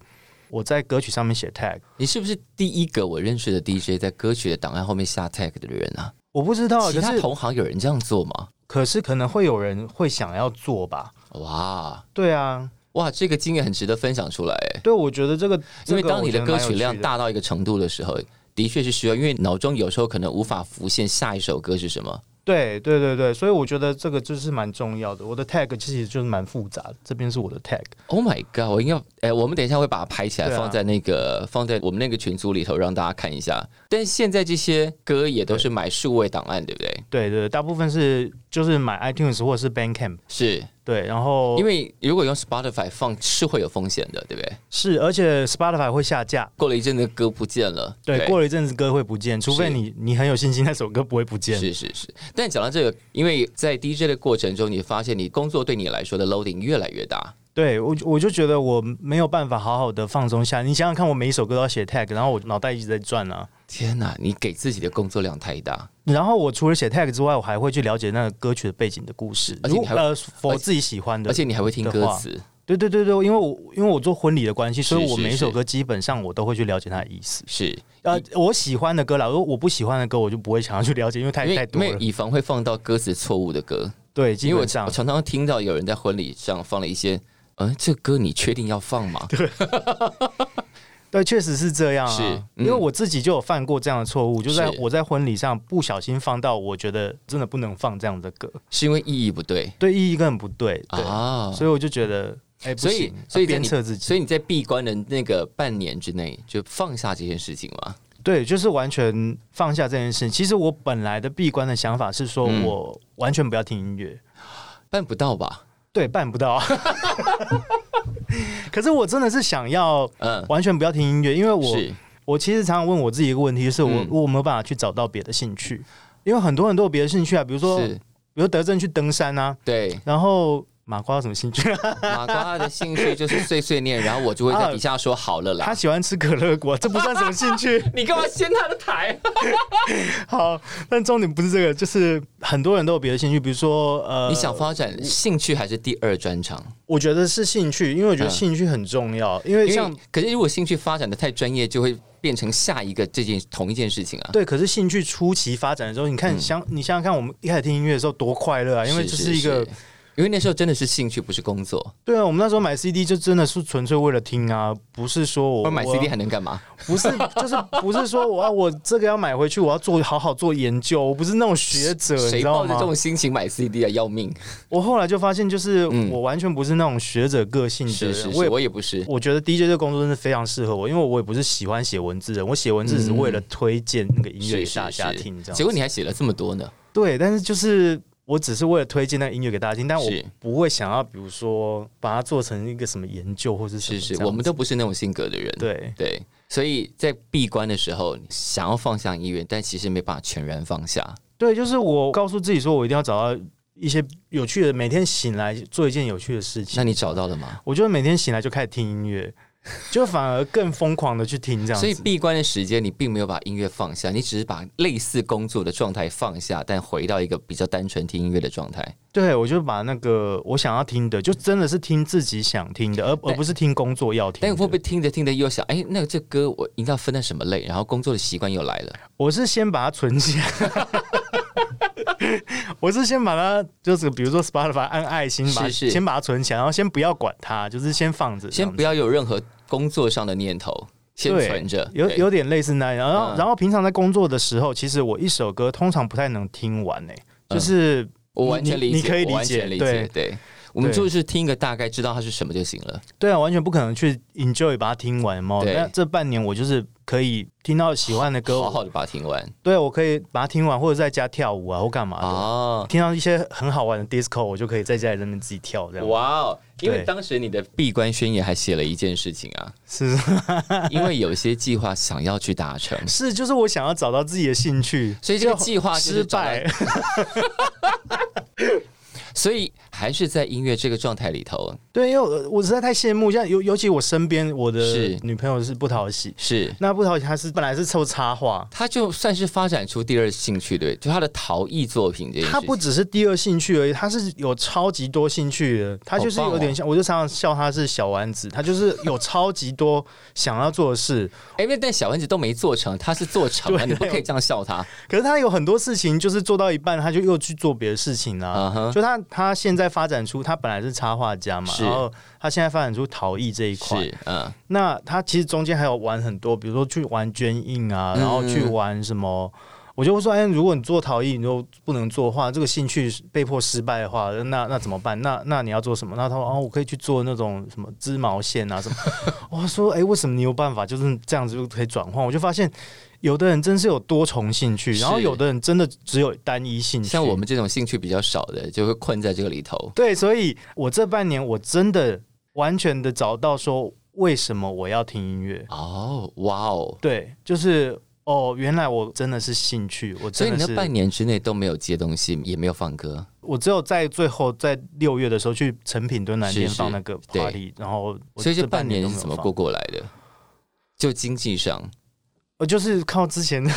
Speaker 3: 我在歌曲上面写 tag，
Speaker 2: 你是不是第一个我认识的 DJ 在歌曲的档案后面下 tag 的人啊？
Speaker 3: 我不知道，
Speaker 2: 其
Speaker 3: 哦可
Speaker 2: 他
Speaker 3: 是
Speaker 2: 同行有人这样做吗？
Speaker 3: 可是可能会有人会想要做吧，
Speaker 2: 哇
Speaker 3: 对啊，
Speaker 2: 哇，这个经验很值得分享出来欸，
Speaker 3: 对，我觉得这个，
Speaker 2: 因为
Speaker 3: 这个
Speaker 2: 当
Speaker 3: 我
Speaker 2: 你
Speaker 3: 觉
Speaker 2: 的
Speaker 3: 得
Speaker 2: 歌
Speaker 3: 蛮有
Speaker 2: 曲量
Speaker 3: 趣的
Speaker 2: 大到一个程度的时候。的确是需要，因为脑中有时候可能无法浮现下一首歌是什么。
Speaker 3: 对对对对，所以我觉得这个就是蛮重要的。我的 tag 其实就是蛮复杂的，这边是我的 tag。
Speaker 2: Oh my god！我应该，哎、我们等一下会把它拍起来，
Speaker 3: 对啊
Speaker 2: 放在那个放在我们那个群组里头，让大家看一下。但现在这些歌也都是买数位档案，对不对？
Speaker 3: 对对对，大部分是就是买 iTunes 或者是 Bandcamp。
Speaker 2: 是，
Speaker 3: 对，然后
Speaker 2: 因为如果用 Spotify 放是会有风险的，对不对？
Speaker 3: 是而且 Spotify 会下架，
Speaker 2: 过了一阵子歌不见了，
Speaker 3: 对，过了一阵子歌会不见，除非
Speaker 2: 是
Speaker 3: 你你很有信心那首歌不会不见。
Speaker 2: 是是是。但讲到这个，因为在 DJ 的过程中，你发现你工作对你来说的 loading 越来越大，
Speaker 3: 对我我就觉得我没有办法好好的放松下。你想想看，我每一首歌都要
Speaker 2: 嗯
Speaker 3: 写 tag，然后我脑袋一直在转啊。
Speaker 2: 天哪，你给自己的工作量太大，
Speaker 3: 然后我除了写 tag 之外，我还会去了解那个歌曲的背景的故事，
Speaker 2: 而且
Speaker 3: 如
Speaker 2: 你还而
Speaker 3: 呃，我
Speaker 2: 且
Speaker 3: 自己喜欢的，
Speaker 2: 而且你还会听
Speaker 3: 的
Speaker 2: 歌
Speaker 3: 话
Speaker 2: 词，
Speaker 3: 对对对对，因为我因为我做婚礼的关系，
Speaker 2: 是
Speaker 3: 所以我
Speaker 2: 是
Speaker 3: 每一首
Speaker 2: 是
Speaker 3: 歌基本上我都会去了解它的意思。
Speaker 2: 是
Speaker 3: 呃，我喜欢的歌啦，如果我不喜欢的歌，我就不会想要去了解，因为太
Speaker 2: 因
Speaker 3: 太
Speaker 2: 为因
Speaker 3: 多
Speaker 2: 为
Speaker 3: 了。
Speaker 2: 以防会放到歌词错误的歌，
Speaker 3: 对，基
Speaker 2: 因为我
Speaker 3: 本
Speaker 2: 常
Speaker 3: 上
Speaker 2: 我常常听到有人在婚礼上放了一些。嗯，这歌你确定要放 吗？
Speaker 3: 对，确实是这样啊。
Speaker 2: 是嗯
Speaker 3: 因为我自己就有犯过这样的错误，就在
Speaker 2: 是
Speaker 3: 我在婚礼上不小心放到我觉得真的不能放这样的歌，
Speaker 2: 是因为意义不对
Speaker 3: 对，意义根本不对。对，
Speaker 2: 啊，
Speaker 3: 所以我就觉得，哎，不
Speaker 2: 所以
Speaker 3: 行，
Speaker 2: 所以
Speaker 3: 要
Speaker 2: 在
Speaker 3: 鞭
Speaker 2: 你
Speaker 3: 策自己，
Speaker 2: 所以你在闭关的那个半年之内就放下这件事情嘛？
Speaker 3: 对，就是完全放下这件事。其实我本来的闭关的想法是说
Speaker 2: 嗯
Speaker 3: 我完全不要听音乐，
Speaker 2: 办不到吧？
Speaker 3: 对，办 不到。啊可是我真的是想要
Speaker 2: 嗯，
Speaker 3: 完全不要听音乐，因为我
Speaker 2: 是
Speaker 3: 我其实常常问我自己一个问题，就是我、
Speaker 2: 嗯
Speaker 3: 我有没有办法去找到别的兴趣？因为很多人都有别的兴趣啊，比如说
Speaker 2: 是，
Speaker 3: 比如德政去登山啊，，
Speaker 2: 对
Speaker 3: 然后麻瓜有什么 兴趣？啊
Speaker 2: 马瓜的兴趣就是碎碎念，然后我就会在底下说好了
Speaker 3: 他
Speaker 2: 啦。
Speaker 3: 喜欢吃可乐果，这不算什么兴 趣。
Speaker 2: 你干嘛掀他的 台？
Speaker 3: 好，但重点不是这个，就是很多人都有别的兴趣，比如说呃，
Speaker 2: 你想发展兴趣还是第二专长？
Speaker 3: 我觉得是兴趣，因为我觉得
Speaker 2: 嗯
Speaker 3: 兴趣很重要，因为
Speaker 2: 因
Speaker 3: 像
Speaker 2: 为可是如果兴趣发展的太专业，就会变成下一个这件同一件事情啊。
Speaker 3: 对，可是兴趣初期发展的时候，你
Speaker 2: 嗯
Speaker 3: 看想、你想想看，我们一开始听音乐的时候多快乐啊！因为这是一个，
Speaker 2: 因为那时候真的是兴趣，不是工作。
Speaker 3: 对啊，我们那时候买 CD 就真的是纯粹为了听啊，不是说我
Speaker 2: 我买 CD
Speaker 3: 我
Speaker 2: 还能干嘛？
Speaker 3: 不是就是不是说我要我这个要买回去，我要做好好做研究，我不是那种学者，你
Speaker 2: 谁
Speaker 3: 知道
Speaker 2: 抱着
Speaker 3: 吗
Speaker 2: 这？种心情买 CD 啊？要命！
Speaker 3: 我后来就发现，就是
Speaker 2: 嗯
Speaker 3: 我完全不是那种学者个性的
Speaker 2: 是
Speaker 3: 人，
Speaker 2: 是
Speaker 3: 嗯我
Speaker 2: 是，
Speaker 3: 也。
Speaker 2: 我也不是。
Speaker 3: 我觉得 DJ 这个工作真的非常适合我，因为我也不是喜欢写文字的人，我写文字只是为了推荐那个音乐
Speaker 2: 是
Speaker 3: 给
Speaker 2: 是
Speaker 3: 大家
Speaker 2: 嗯是
Speaker 3: 听，这样子。嗯
Speaker 2: 结果你还写了这么多呢？
Speaker 3: 对，但是就是我只是为了推荐那个音乐给大家听，但我
Speaker 2: 是
Speaker 3: 不会想要，比如说把它做成一个什么研究或者什么
Speaker 2: 是
Speaker 3: 这
Speaker 2: 是，
Speaker 3: 样子。
Speaker 2: 我们都不是那种性格的人，
Speaker 3: 对
Speaker 2: 对，所以在闭关的时候，想要放下音乐，但其实没办法全然放下，
Speaker 3: 对，就是我告诉自己说，我一定要找到一些有趣的，每天醒来做一件有趣的事情。
Speaker 2: 那你找到了吗？
Speaker 3: 我觉得每天醒来就开始听音乐，就反而更疯狂的去听这样
Speaker 2: 所以
Speaker 3: 子。
Speaker 2: 闭关的时间，你并没有把音乐放下，你只是把类似工作的状态放下，但回到一个比较单纯听音乐的状态。
Speaker 3: 对，我就把那个我想要听的，就真的是听自己想听的，而
Speaker 2: 但
Speaker 3: 而不是听工作要听的。
Speaker 2: 但会不会听着听着又想，哎、那这歌我应该分在什么类？然后工作的习惯又来了，
Speaker 3: 我是先把它存起来， 我是先把它就是比如说 Spotify 按爱心把它
Speaker 2: 是是
Speaker 3: 先把它存起来，然后先不要管它，就是先放着，
Speaker 2: 先不
Speaker 3: 要。
Speaker 2: 要有任何工作上的念头，先
Speaker 3: 对
Speaker 2: 存着。
Speaker 3: 有
Speaker 2: 对
Speaker 3: 有点类似那样，然后、
Speaker 2: 嗯
Speaker 3: 然后平常在工作的时候，其实我一首歌通常不太能听完诶、
Speaker 2: 嗯
Speaker 3: 就是
Speaker 2: 我完全
Speaker 3: 你
Speaker 2: 理解，
Speaker 3: 你可以
Speaker 2: 我完
Speaker 3: 理解
Speaker 2: 全理
Speaker 3: 对
Speaker 2: 解。对，我们就是听一个大概，知道它是什么就行了。
Speaker 3: 对啊，完全不可能去 enjoy 把它听完嘛。
Speaker 2: 对
Speaker 3: 那这半年我就是可以听到喜欢的歌，
Speaker 2: 好好
Speaker 3: 我
Speaker 2: 的把它听完
Speaker 3: 对我可以把它听完，或者在家跳舞啊或干嘛的。
Speaker 2: 哦，
Speaker 3: 听到一些很好玩的 disco，我就可以在家里在那边自己跳，这样
Speaker 2: 哇哦！因为
Speaker 3: 对
Speaker 2: 当时你的闭关宣言还写了一件事情啊，
Speaker 3: 是，
Speaker 2: 因为有些计划想要去达成
Speaker 3: 是，就是我想要找到自己的兴趣，
Speaker 2: 所以这个计划就是
Speaker 3: 失
Speaker 2: 找到
Speaker 3: 败。
Speaker 2: 所以还是在音乐这个状态里头，
Speaker 3: 对，因为我我实在太羡慕，像尤尤其我身边我
Speaker 2: 是
Speaker 3: 的女朋友是不讨喜，
Speaker 2: 是
Speaker 3: 那不讨喜她是本来是抽插画，
Speaker 2: 他就算是发展出第二兴趣，对，就他的陶艺作品这件事情。
Speaker 3: 她不只是第二兴趣而已，她是有超级多兴趣的。她就是有
Speaker 2: 哦
Speaker 3: 点像，我就常常笑她是小丸子，她就是有超级多想要做的事，
Speaker 2: 哎，那但小丸子都没做成，他是做成了，
Speaker 3: 对
Speaker 2: 你不可以这样笑他。
Speaker 3: 可是她有很多事情就是做到一半，她就又去做别的事情啦、
Speaker 2: 啊哈，
Speaker 3: 就她她现在发展出，她本来是插画家嘛，
Speaker 2: 是
Speaker 3: 然后她现在发展出陶艺这一块，
Speaker 2: 是嗯，
Speaker 3: 那他其实中间还有玩很多，比如说去玩捐印啊，
Speaker 2: 嗯
Speaker 3: 然后去玩什么。我就会说，哎，如果你做陶艺，你就不能做画，这个兴趣被迫失败的话，那那怎么办？那那你要做什么？那他说，哦，我可以去做那种什么织毛线啊什么。 我说，哎，为什么你有办法就是这样子就可以转换？我就发现，有的人真是有多重兴趣，
Speaker 2: 是
Speaker 3: 然后有的人真的只有单一兴趣。
Speaker 2: 像我们这种兴趣比较少的，就会困在这个里头。
Speaker 3: 对，所以我这半年我真的完全的找到说，为什么我要听音乐？
Speaker 2: 哦，哇哦！
Speaker 3: 对，就是哦，原来我真的是兴趣，我
Speaker 2: 所以
Speaker 3: 真
Speaker 2: 你
Speaker 3: 的
Speaker 2: 那
Speaker 3: 是，
Speaker 2: 半年之内都没有接东西，也没有放歌，
Speaker 3: 我只有在最后在六月的时候去成品敦南店
Speaker 2: 是是
Speaker 3: 放那个
Speaker 2: 对
Speaker 3: party，然后我
Speaker 2: 所以这
Speaker 3: 半
Speaker 2: 半年
Speaker 3: 都没
Speaker 2: 是
Speaker 3: 有
Speaker 2: 怎么
Speaker 3: 放
Speaker 2: 过？过来的？就经济 上，
Speaker 3: 我就是靠之前的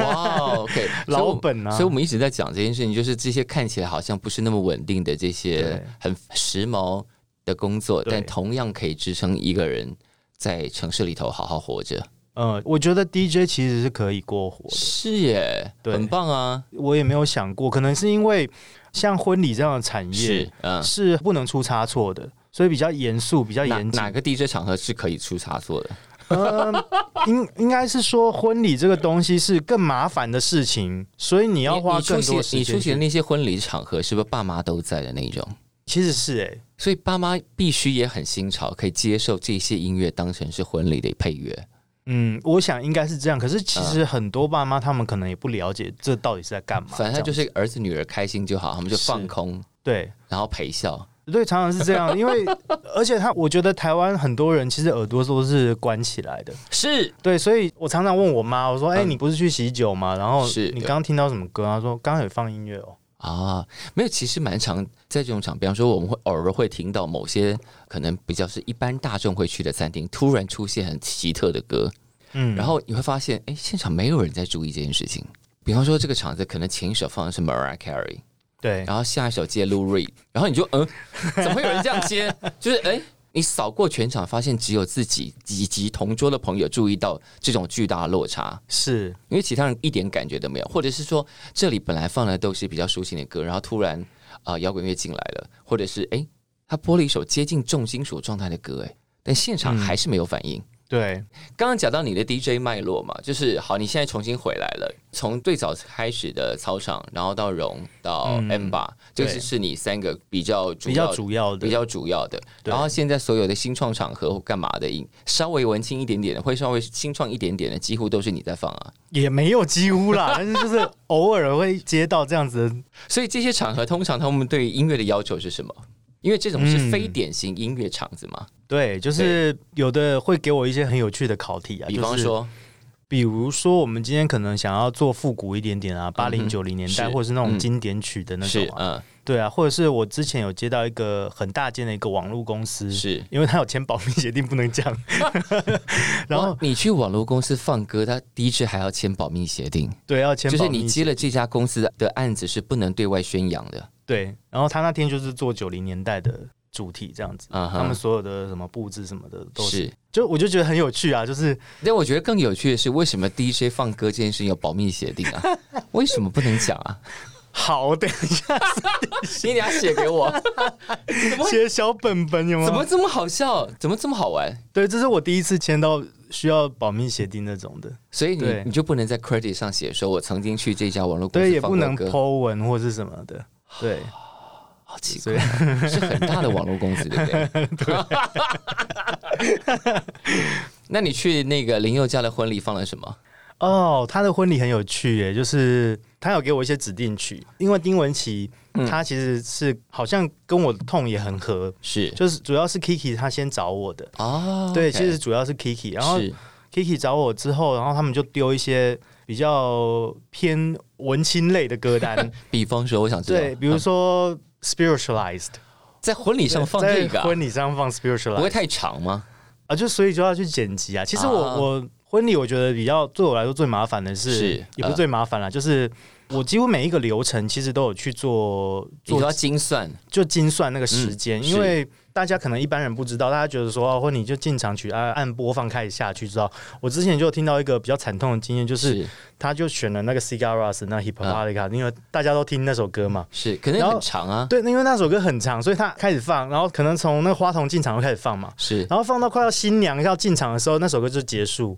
Speaker 2: 哇哦，OK，所以我
Speaker 3: 老本啊，
Speaker 2: 所以我们一直在讲这件事情，就是这些看起来好像不是那么稳定的这些
Speaker 3: 对
Speaker 2: 很时髦的工作，
Speaker 3: 对
Speaker 2: 但同样可以支撑一个人在城市里头好好活着。
Speaker 3: 嗯，我觉得 DJ 其实是可以过活的，
Speaker 2: 是耶，
Speaker 3: 对
Speaker 2: 很棒啊！
Speaker 3: 我也没有想过，可能是因为像婚礼这样的产业
Speaker 2: 是，嗯，
Speaker 3: 是不能出差错的。所以比较严肃，比较
Speaker 2: 哪
Speaker 3: 严谨
Speaker 2: 哪。个 DJ 场合是可以出差错的？
Speaker 3: 嗯，应应该是说婚礼这个东西是更麻烦的事情，所以你
Speaker 2: 你
Speaker 3: 要花
Speaker 2: 你出
Speaker 3: 更多
Speaker 2: 席
Speaker 3: 时
Speaker 2: 你
Speaker 3: 间
Speaker 2: 出
Speaker 3: 去
Speaker 2: 席的那些婚礼场合，是不是爸妈都在的那一种？
Speaker 3: 其实是哎、
Speaker 2: 所以爸妈必须也很新潮，可以接受这些音乐当成是婚礼的配乐。
Speaker 3: 嗯，我想应该是这样。可是其实很多爸妈他们可能也不了解这到底是在干嘛，
Speaker 2: 嗯反正他就是是儿子女儿开心就好，他们就放空，
Speaker 3: 对。
Speaker 2: 然后陪笑。
Speaker 3: 对，常常是这样，因为而且他，我觉得台湾很多人其实耳朵都是关起来的，
Speaker 2: 是
Speaker 3: 对，所以我常常问我妈，我说：“哎、
Speaker 2: 嗯
Speaker 3: 你不是去喜酒吗？然后
Speaker 2: 是
Speaker 3: 你刚刚听到什么歌？”她说：“刚刚有放音乐哦。
Speaker 2: 啊，没有，其实蛮常在这种场，比方说我们会偶尔会听到某些可能比较是一般大众会去的餐厅，突然出现很奇特的歌，”
Speaker 3: 嗯，
Speaker 2: 然后你会发现，哎，现场没有人在注意这件事情。比方说这个场子可能前一首放的是 Mariah Carey，
Speaker 3: 对，
Speaker 2: 然后下一首接 Lou Reed，然后你就 嗯，怎么会有人这样接？就是哎、你扫过全场，发现只有自己以及同桌的朋友注意到这种巨大的落差，
Speaker 3: 是
Speaker 2: 因为其他人一点感觉都没有，或者是说这里本来放的都是比较抒情的歌，然后突然啊摇滚乐进来了，或者是哎、他播了一首接近重金属状态的歌，哎，但现场还是没有反应。
Speaker 3: 对，
Speaker 2: 刚刚讲到你的 DJ 脉络嘛，就是好，你现在重新回来了，从最早开始的操场，然后到荣，到
Speaker 3: 嗯
Speaker 2: M 吧、这
Speaker 3: 对
Speaker 2: 个是你三个比较主
Speaker 3: 比
Speaker 2: 要
Speaker 3: 较主要的，
Speaker 2: 比较主要的。
Speaker 3: 对
Speaker 2: 然后现在所有的新创场合或干嘛的，稍微文青一点点的，会稍微新创一点点的，几乎都是你在放啊。
Speaker 3: 也没有几乎啦，但是就是偶尔会接到这样子的
Speaker 2: 所以这些场合，通常他们对音乐的要求是什么？因为这种是非典型音乐场子嘛，
Speaker 3: 对，就是有的会给我一些很有趣的考题啊，
Speaker 2: 比方
Speaker 3: 就是
Speaker 2: 说，
Speaker 3: 比如说我们今天可能想要做复古一点点啊，八
Speaker 2: 嗯
Speaker 3: 零
Speaker 2: 哼
Speaker 3: 九零年代
Speaker 2: 是
Speaker 3: 或者是那种
Speaker 2: 嗯
Speaker 3: 经典曲的那种
Speaker 2: 是
Speaker 3: 啊，
Speaker 2: 嗯
Speaker 3: 对啊，或者是我之前有接到一个很大间的一个网络公司，
Speaker 2: 是。
Speaker 3: 因为他有签保密协定不能讲，然后
Speaker 2: 哇你去网络公司放歌，他 DJ 还要签保密协定，
Speaker 3: 对要签
Speaker 2: 就
Speaker 3: 保
Speaker 2: 是
Speaker 3: 密
Speaker 2: 你接了这家公司的案子是不能对外宣扬的。
Speaker 3: 对，然后他那天就是做九零年代的主题这样子，
Speaker 2: 啊
Speaker 3: 他
Speaker 2: 哈
Speaker 3: 们，所有的什么布置什么的都是，
Speaker 2: 是。
Speaker 3: 就我就觉得很有趣啊，就是
Speaker 2: 但我觉得更有趣的是，为什么 DJ 放歌这件事情有保密协定啊？为什么不能讲 啊？
Speaker 3: 好的，
Speaker 2: 你俩写给我，怎么会
Speaker 3: 写小本本有 吗？
Speaker 2: 怎么这么好笑？怎么这么好玩？
Speaker 3: 对，这是我第一次签到需要保密协定那种的，
Speaker 2: 所以你
Speaker 3: 对
Speaker 2: 你就不能在 credit 上写说我曾经去这家网络公
Speaker 3: 对，
Speaker 2: 司
Speaker 3: 也
Speaker 2: 放啊
Speaker 3: 不
Speaker 2: 过
Speaker 3: 能
Speaker 2: 歌，
Speaker 3: Po 文或是什么的，对，
Speaker 2: 好奇
Speaker 3: 所
Speaker 2: 怪
Speaker 3: 以，
Speaker 2: 是很大的网络公司，对不 对？ 那你去那个林宥嘉的婚礼放了什么？
Speaker 3: 哦，他的婚礼很有趣耶，就是他有给我一些指定曲，因为丁文琪
Speaker 2: 嗯
Speaker 3: 他其实是好像跟我的痛也很合，
Speaker 2: 是
Speaker 3: 就是主要是 Kiki 他先找我的，
Speaker 2: 啊，
Speaker 3: 对，
Speaker 2: OK
Speaker 3: 其实主要是 Kiki，然后
Speaker 2: 是
Speaker 3: Kiki 找我之后，然后他们就丢一些比较偏文青类的歌 单，
Speaker 2: 比方说，我想知道，啊
Speaker 3: 对，比如说 Spiritualized，
Speaker 2: 在婚礼上放这个
Speaker 3: 在
Speaker 2: 啊、
Speaker 3: 婚礼上放
Speaker 2: 不会
Speaker 3: Spiritualized
Speaker 2: 太长吗？
Speaker 3: 啊，就所以就要去剪辑啊。其实我、
Speaker 2: 啊
Speaker 3: 我婚礼我觉得比较对我来说最麻烦的是，
Speaker 2: 是
Speaker 3: 也不
Speaker 2: 呃
Speaker 3: 是最麻烦啦，就是我几乎每一个流程其实都有去做
Speaker 2: 你都
Speaker 3: 做
Speaker 2: 要精算，
Speaker 3: 就精算那个时间，
Speaker 2: 嗯
Speaker 3: 因为大家可能一般人不知道，大家觉得说、哦、婚礼就进场曲按按播放开始下去，知道。我之前就有听到一个比较惨痛的经验，就是
Speaker 2: 是啊
Speaker 3: 他就选了那个 Cigaras 那 Hip Hop a 因为大家都听那首歌嘛。
Speaker 2: 是，可能
Speaker 3: 然后
Speaker 2: 很长啊，
Speaker 3: 对，那因为那首歌很长，所以他开始放，然后可能从那个花童进场就开始放嘛，
Speaker 2: 是，
Speaker 3: 然后放到快要新娘要进场的时候，那首歌就结束。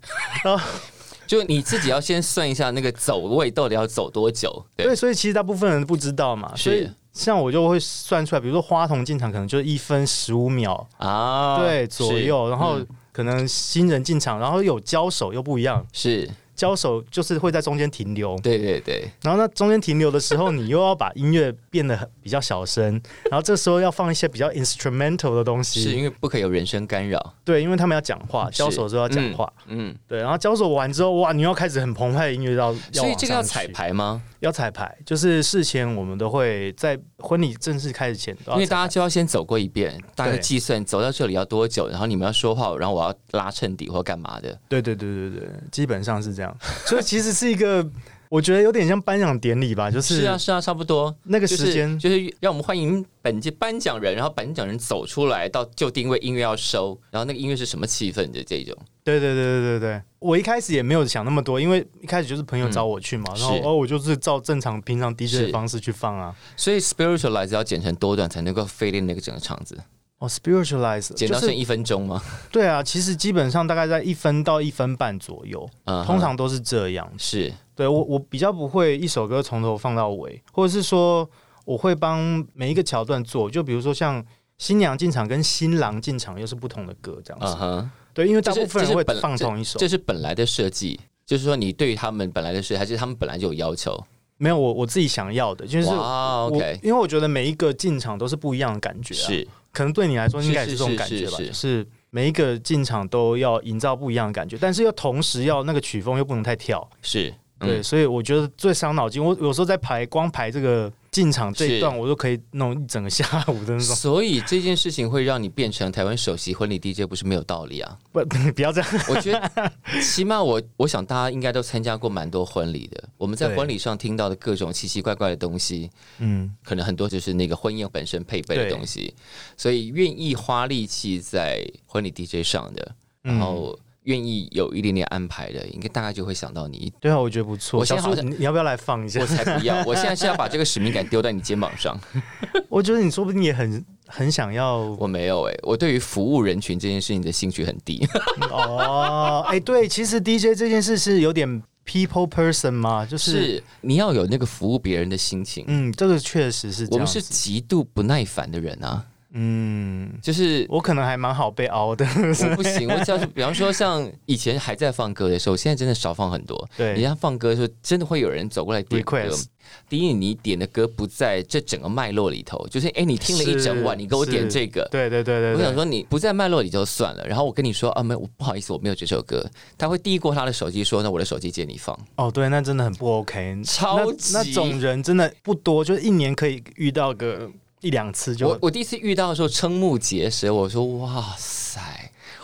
Speaker 2: 就你自己要先算一下那个走位到底要走多久，对，
Speaker 3: 对，所以其实大部分人不知道嘛，
Speaker 2: 是
Speaker 3: 所以像我就会算出来，比如说花童进场可能就一分十五秒、
Speaker 2: 啊，
Speaker 3: 对左
Speaker 2: 是
Speaker 3: 右，然后
Speaker 2: 嗯
Speaker 3: 可能新人进场，然后有交手又不一样，
Speaker 2: 是，
Speaker 3: 交手就是会在中间停留，
Speaker 2: 对对对，
Speaker 3: 然后那中间停留的时候，你又要把音乐变得很比较小声， 然后这时候要放一些比较 instrumental 的东
Speaker 2: 是
Speaker 3: 西，
Speaker 2: 因为不可以有人身干扰，
Speaker 3: 对，因为他们要讲话，
Speaker 2: 是
Speaker 3: 交手之后要讲话，
Speaker 2: 嗯，
Speaker 3: 对，然后交手完之后，哇，你要开始很澎湃的音乐要，
Speaker 2: 所以这个要
Speaker 3: 往上
Speaker 2: 彩
Speaker 3: 去，
Speaker 2: 排吗？
Speaker 3: 要彩排，就是事前我们都会在婚礼正式开始前都要彩排，
Speaker 2: 因为大家就要先走过一遍，大概
Speaker 3: 对
Speaker 2: 计算走到这里要多久，然后你们要说话，然后我要拉衬底或干嘛的，
Speaker 3: 对对对对对，基本上是这样，所以其实是一个。我觉得有点像颁奖典礼吧，就是
Speaker 2: 是啊是啊，差不多。
Speaker 3: 那个
Speaker 2: 就
Speaker 3: 时间
Speaker 2: 是就是让我们欢迎本届颁奖人，然后颁奖人走出来到就定位音乐要收，然后那个音乐是什么气氛的这种，
Speaker 3: 对对对对对对，我一开始也没有想那么多，因为一开始就是朋友找我去嘛，
Speaker 2: 嗯
Speaker 3: 然后
Speaker 2: 是
Speaker 3: 哦，我就是照正常平常 DJ
Speaker 2: 是
Speaker 3: 的方式去放啊。
Speaker 2: 所以 spiritualize 要剪成多短才能够 fit in 那个整个场子，
Speaker 3: 哦，spiritualize
Speaker 2: 剪
Speaker 3: 就
Speaker 2: 到剩
Speaker 3: 是
Speaker 2: 一分钟吗？
Speaker 3: 对啊，其实基本上大概在一分到一分半左右，
Speaker 2: 嗯哼
Speaker 3: 通常都是这样。
Speaker 2: 是
Speaker 3: 对我我比较不会一首歌从头放到尾，或者是说我会帮每一个桥段做，就比如说像新娘进场跟新郎进场又是不同的歌这样子。
Speaker 2: 嗯哼，
Speaker 3: 对，因为大
Speaker 2: 这是
Speaker 3: 部分
Speaker 2: 这
Speaker 3: 人
Speaker 2: 是
Speaker 3: 会
Speaker 2: 本
Speaker 3: 放同一首
Speaker 2: 这。是本来的设计，就是说你对于他们本来的设计，还是他们本来就有要求？
Speaker 3: 没有我我自己想要的，就是
Speaker 2: 哇
Speaker 3: 我
Speaker 2: ，OK，
Speaker 3: 因为我觉得每一个进场都是不一样的感觉、啊。
Speaker 2: 是
Speaker 3: 可能对你来说
Speaker 2: 是
Speaker 3: 应该也是这种感觉
Speaker 2: 是
Speaker 3: 吧，
Speaker 2: 是是
Speaker 3: 就是每一个进场都要营造不一样的感觉，但是又同时要那个曲风又不能太跳，
Speaker 2: 是，
Speaker 3: 对，
Speaker 2: 嗯，
Speaker 3: 所以我觉得最伤脑筋。我有时候在排光排这个进场这一段，
Speaker 2: 是
Speaker 3: 我都可以弄一整个下午的那种。
Speaker 2: 所以这件事情会让你变成台湾首席婚礼 DJ，不是没有道理啊。
Speaker 3: 不，不要这 样。
Speaker 2: 我觉得起码我我想大家应该都参加过蛮多婚礼的，我们在
Speaker 3: 对
Speaker 2: 婚礼上听到的各种奇奇怪怪的东西，
Speaker 3: 嗯，
Speaker 2: 可能很多就是那个婚宴本身配备的
Speaker 3: 对
Speaker 2: 东西，所以愿意花力气在婚礼 DJ 上的，然
Speaker 3: 嗯
Speaker 2: 后愿意有一点点安排的，应该大概就会想到你。
Speaker 3: 对啊，我觉得不错。
Speaker 2: 我现在
Speaker 3: 小
Speaker 2: 好
Speaker 3: 树
Speaker 2: 像
Speaker 3: 你你要不要来放一下
Speaker 2: 我？才不要！我现在是要把这个使命感丢在你肩膀上。
Speaker 3: 我觉得你说不定也很很想要
Speaker 2: 我没有哎、我对于服务人群这件事情的兴趣很低。
Speaker 3: 哦，哎、对，其实 DJ 这件事是有点 people person 嘛，就是
Speaker 2: 你要有那个服务别人的心情。
Speaker 3: 嗯，这个确实是这
Speaker 2: 我
Speaker 3: 样
Speaker 2: 们
Speaker 3: 子
Speaker 2: 是极度不耐烦的人啊，
Speaker 3: 嗯，
Speaker 2: 就是
Speaker 3: 我可能还蛮好被熬的，
Speaker 2: 我不行，我只要是比方说像以前还在放歌的时候，现在真的少放很多。人
Speaker 3: 对，
Speaker 2: 家放歌的时候，真的会有人走过来点歌
Speaker 3: Request。
Speaker 2: 第一，你点的歌不在这整个脉络里头，就是哎、诶你听了一整晚，
Speaker 3: 是
Speaker 2: 你给我点
Speaker 3: 是
Speaker 2: 这个，
Speaker 3: 对对对对
Speaker 2: 我想
Speaker 3: 对，
Speaker 2: 说你不在脉络里就算了，然后我跟你说啊，没有，我不好意思，我没有这首歌。他会递过他的手机说，那我的手机借你放。
Speaker 3: 哦，对，那真的很不 OK，
Speaker 2: 超
Speaker 3: 那那
Speaker 2: 级
Speaker 3: 种人真的不多，就是一年可以遇到个一两次就
Speaker 2: 我我第一次遇到的时候瞠目结舌，我说哇塞，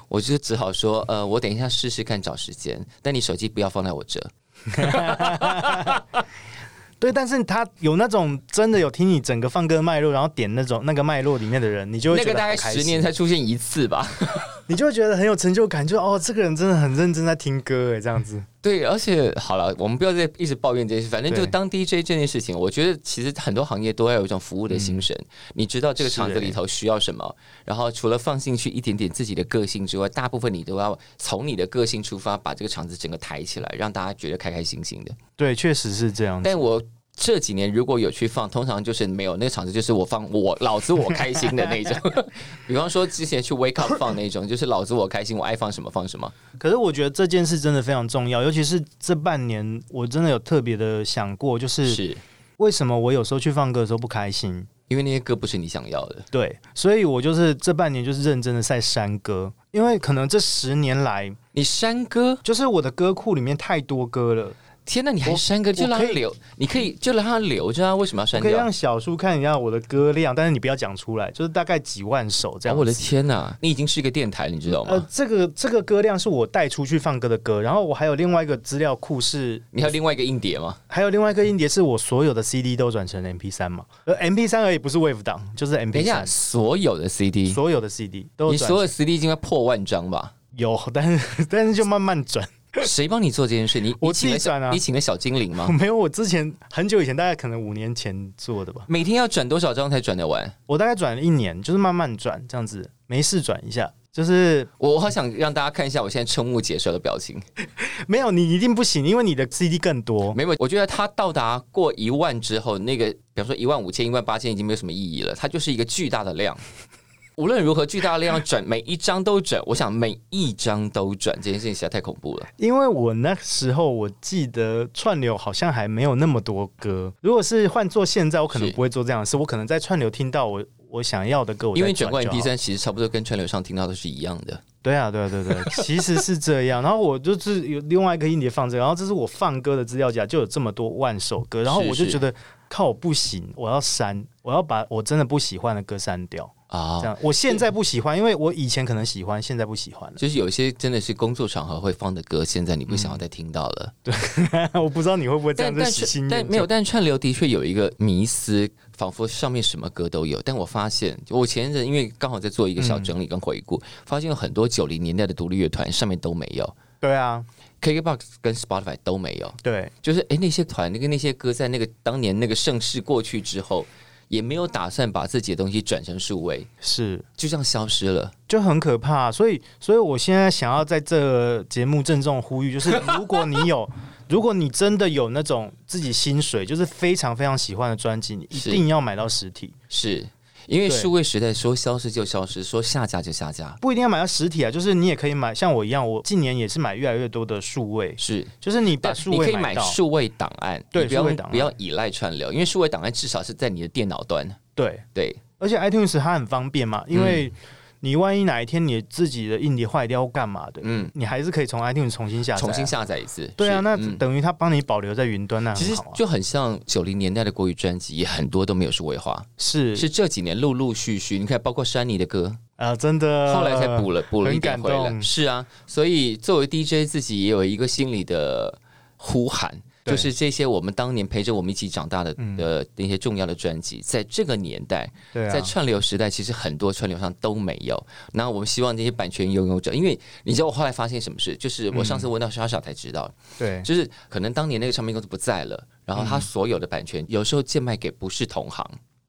Speaker 2: 我就只好说呃，我等一下试试看找时间，但你手机不要放在我这。
Speaker 3: 对，但是他有那种真的有听你整个放歌脉络，然后点那种那个脉络里面的人，你就会
Speaker 2: 那
Speaker 3: 觉
Speaker 2: 个
Speaker 3: 得
Speaker 2: 大概
Speaker 3: 好开
Speaker 2: 十
Speaker 3: 心
Speaker 2: 年才出现一次吧。
Speaker 3: 你就会觉得很有成就感，就哦，这个人真的很认真在听歌哎，这样子。
Speaker 2: 对，而且好了，我们不要再一直抱怨这件事，反正就
Speaker 3: 对
Speaker 2: 当 DJ 这件事情，我觉得其实很多行业都要有一种服务的精神。你知道这个
Speaker 3: 嗯是
Speaker 2: 场子
Speaker 3: 欸
Speaker 2: 里头需要什么，然后除了放进去一点点自己的个性之外，大部分你都要从你的个性出发，把这个场子整个抬起来，让大家觉得开开心心的。
Speaker 3: 对，确实是这样子。
Speaker 2: 但我。这几年如果有去放，通常就是没有那个场子，就是我放我老子我开心的那 种。比方说之前去 Wake Up 放那种，就是老子我开心，我爱放什么放什么。
Speaker 3: 可是我觉得这件事真的非常重要，尤其是这半年，我真的有特别的想过，就是
Speaker 2: 是
Speaker 3: 为什么我有时候去放歌的时候不开心。
Speaker 2: 因为那些歌不是你想要的。
Speaker 3: 对，所以我就是这半年就是认真的在删歌，因为可能这十年来，
Speaker 2: 你删歌
Speaker 3: 就是我的歌库里面太多歌了，
Speaker 2: 天呐，你还
Speaker 3: 我
Speaker 2: 删歌就
Speaker 3: 我
Speaker 2: 让
Speaker 3: 可
Speaker 2: 它
Speaker 3: 以
Speaker 2: 留，你可以就让它留着啊，为什么要
Speaker 3: 我
Speaker 2: 删
Speaker 3: 可以
Speaker 2: 掉
Speaker 3: 让？小叔看一下我的歌量，但是你不要讲出来，就是大概几万首这
Speaker 2: 哦
Speaker 3: 样子。
Speaker 2: 我的天呐，你已经是一个电台了，你知道
Speaker 3: 呃
Speaker 2: 吗，？
Speaker 3: 这个这个歌量是我带出去放歌的歌，然后我还有另外一个资料库是，
Speaker 2: 你还有另外一个硬碟吗？
Speaker 3: 还有另外一个硬碟是我所有的 CD 都转成 MP 三嘛，呃，MP 三而已，不是 Wave 档，就是
Speaker 2: 等
Speaker 3: MP
Speaker 2: 一下，
Speaker 3: 三，
Speaker 2: 所有的 CD，
Speaker 3: 所有的 CD 都
Speaker 2: 你
Speaker 3: 转
Speaker 2: 所有 CD 已经要破万张 吧？
Speaker 3: 有，但是但是就慢慢转，
Speaker 2: 谁帮你做这件事？你你
Speaker 3: 我
Speaker 2: 请
Speaker 3: 自
Speaker 2: 了
Speaker 3: 己转
Speaker 2: 小
Speaker 3: 啊
Speaker 2: 你请了小精灵吗？
Speaker 3: 没有我之前很久以前，大概可能五年前做的吧，
Speaker 2: 每天要转多少张才转得完？
Speaker 3: 我大概转了一年，就是慢慢转这样子，没事转一下。就是
Speaker 2: 我我好想让大家看一下我现在瞠目结舌的表情。
Speaker 3: 没有你一定不行，因为你的 CD 更多。
Speaker 2: 没有，我觉得它到达过一万之后，那个比方说一万五千、一万八千已经没有什么意义了，它就是一个巨大的量。无论如何，巨大的量转，每一张都转。我想每一张都转，这件事情实在太恐怖了。
Speaker 3: 因为我那时候我记得串流好像还没有那么多歌，如果是换做现在，我可能
Speaker 2: 是
Speaker 3: 不会做这样的事，我可能在串流听到我我想要的歌，我再
Speaker 2: 因为转啊过
Speaker 3: 就好
Speaker 2: MP 三，其实差不多跟川流上听到的是一样的。
Speaker 3: 对啊，对啊，对啊对啊，其实是这样。然后我就是有另外一个硬碟放这个，然后这是我放歌的资料夹，就有这么多万首歌，然后
Speaker 2: 是
Speaker 3: 我就是觉得靠，我不行，我要删，我要把我真的不喜欢的歌删掉。
Speaker 2: 啊
Speaker 3: 这，样，我现在不喜欢，因为我以前可能喜欢，现在不喜欢
Speaker 2: 就是有一些真的是工作场合会放的歌，现在你不想要再听到了。
Speaker 3: 了。我不知道你会不会这
Speaker 2: 但
Speaker 3: 样子
Speaker 2: 但
Speaker 3: 喜
Speaker 2: 是
Speaker 3: 新厌
Speaker 2: 但
Speaker 3: 旧
Speaker 2: 没有，但串流的确有一个迷思，仿佛上面什么歌都有。但我发现，就我前一阵因为刚好在做一个小
Speaker 3: 嗯
Speaker 2: 整理跟回顾，发现有很多九零年代的独立乐团上面都没有
Speaker 3: 对啊，
Speaker 2: ，KKBOX 跟 Spotify 都没有。
Speaker 3: 对，
Speaker 2: 就是诶，那些团那个那些歌，在那个当年那个盛世过去之后，也没有打算把自己的东西转成数位，
Speaker 3: 是。
Speaker 2: 就这样消失了。
Speaker 3: 就很可怕。所以，所以我现在想要在这个节目郑重呼吁，就是 如果你有，如果你真的有那种自己薪水就是非常非常喜欢的专辑，你一
Speaker 2: 是
Speaker 3: 定要买到实体，
Speaker 2: 是因为
Speaker 3: 对
Speaker 2: 数位时代说消失就消失，说下架就下架，
Speaker 3: 不一定要买到实体啊，就是你也可以买，像我一样，我近年也是买越来越多的数位，
Speaker 2: 是
Speaker 3: 就是你把
Speaker 2: 但
Speaker 3: 数
Speaker 2: 你可
Speaker 3: 位
Speaker 2: 以买
Speaker 3: 到，
Speaker 2: 数位档案，
Speaker 3: 对
Speaker 2: 你不要
Speaker 3: 数位档案
Speaker 2: 不要依赖串流，因为数位档案至少是在你的电脑端。
Speaker 3: 对，
Speaker 2: 对，
Speaker 3: 而且 iTunes 它很方便嘛，因
Speaker 2: 嗯
Speaker 3: 为你万一哪一天你自己的硬碟坏掉或干嘛的，
Speaker 2: 嗯，
Speaker 3: 你还是可以从 iTunes 重新下载啊、
Speaker 2: 重新下载一次。
Speaker 3: 对啊，
Speaker 2: 是
Speaker 3: 那
Speaker 2: 嗯
Speaker 3: 等于它帮你保留在云端，那
Speaker 2: 其
Speaker 3: 很
Speaker 2: 实
Speaker 3: 好啊。
Speaker 2: 就很像九零年代的国语专辑，也很多都没有数位化，
Speaker 3: 是
Speaker 2: 是这几年陆陆续续，你看包括山妮的歌，
Speaker 3: 啊、真的。
Speaker 2: 后来才补了补了一点回
Speaker 3: 很感
Speaker 2: 来。
Speaker 3: 动
Speaker 2: 是啊，所以作为 DJ 自己也有一个心里的呼喊，
Speaker 3: 对
Speaker 2: 就是这些我们当年陪着我们一起长大的
Speaker 3: 嗯
Speaker 2: 的那些重要的专辑，在这个年代，
Speaker 3: 对啊，
Speaker 2: 在串流时代，其实很多串流上都没有。那我们希望这些版权拥有者，因为你知道我后来发现什么事，就是我上次问到莎莎才知
Speaker 3: 嗯
Speaker 2: 道，
Speaker 3: 对
Speaker 2: 就是可能当年那个唱片公司不在了，然后他所有的版权有时候贱卖给不是同行。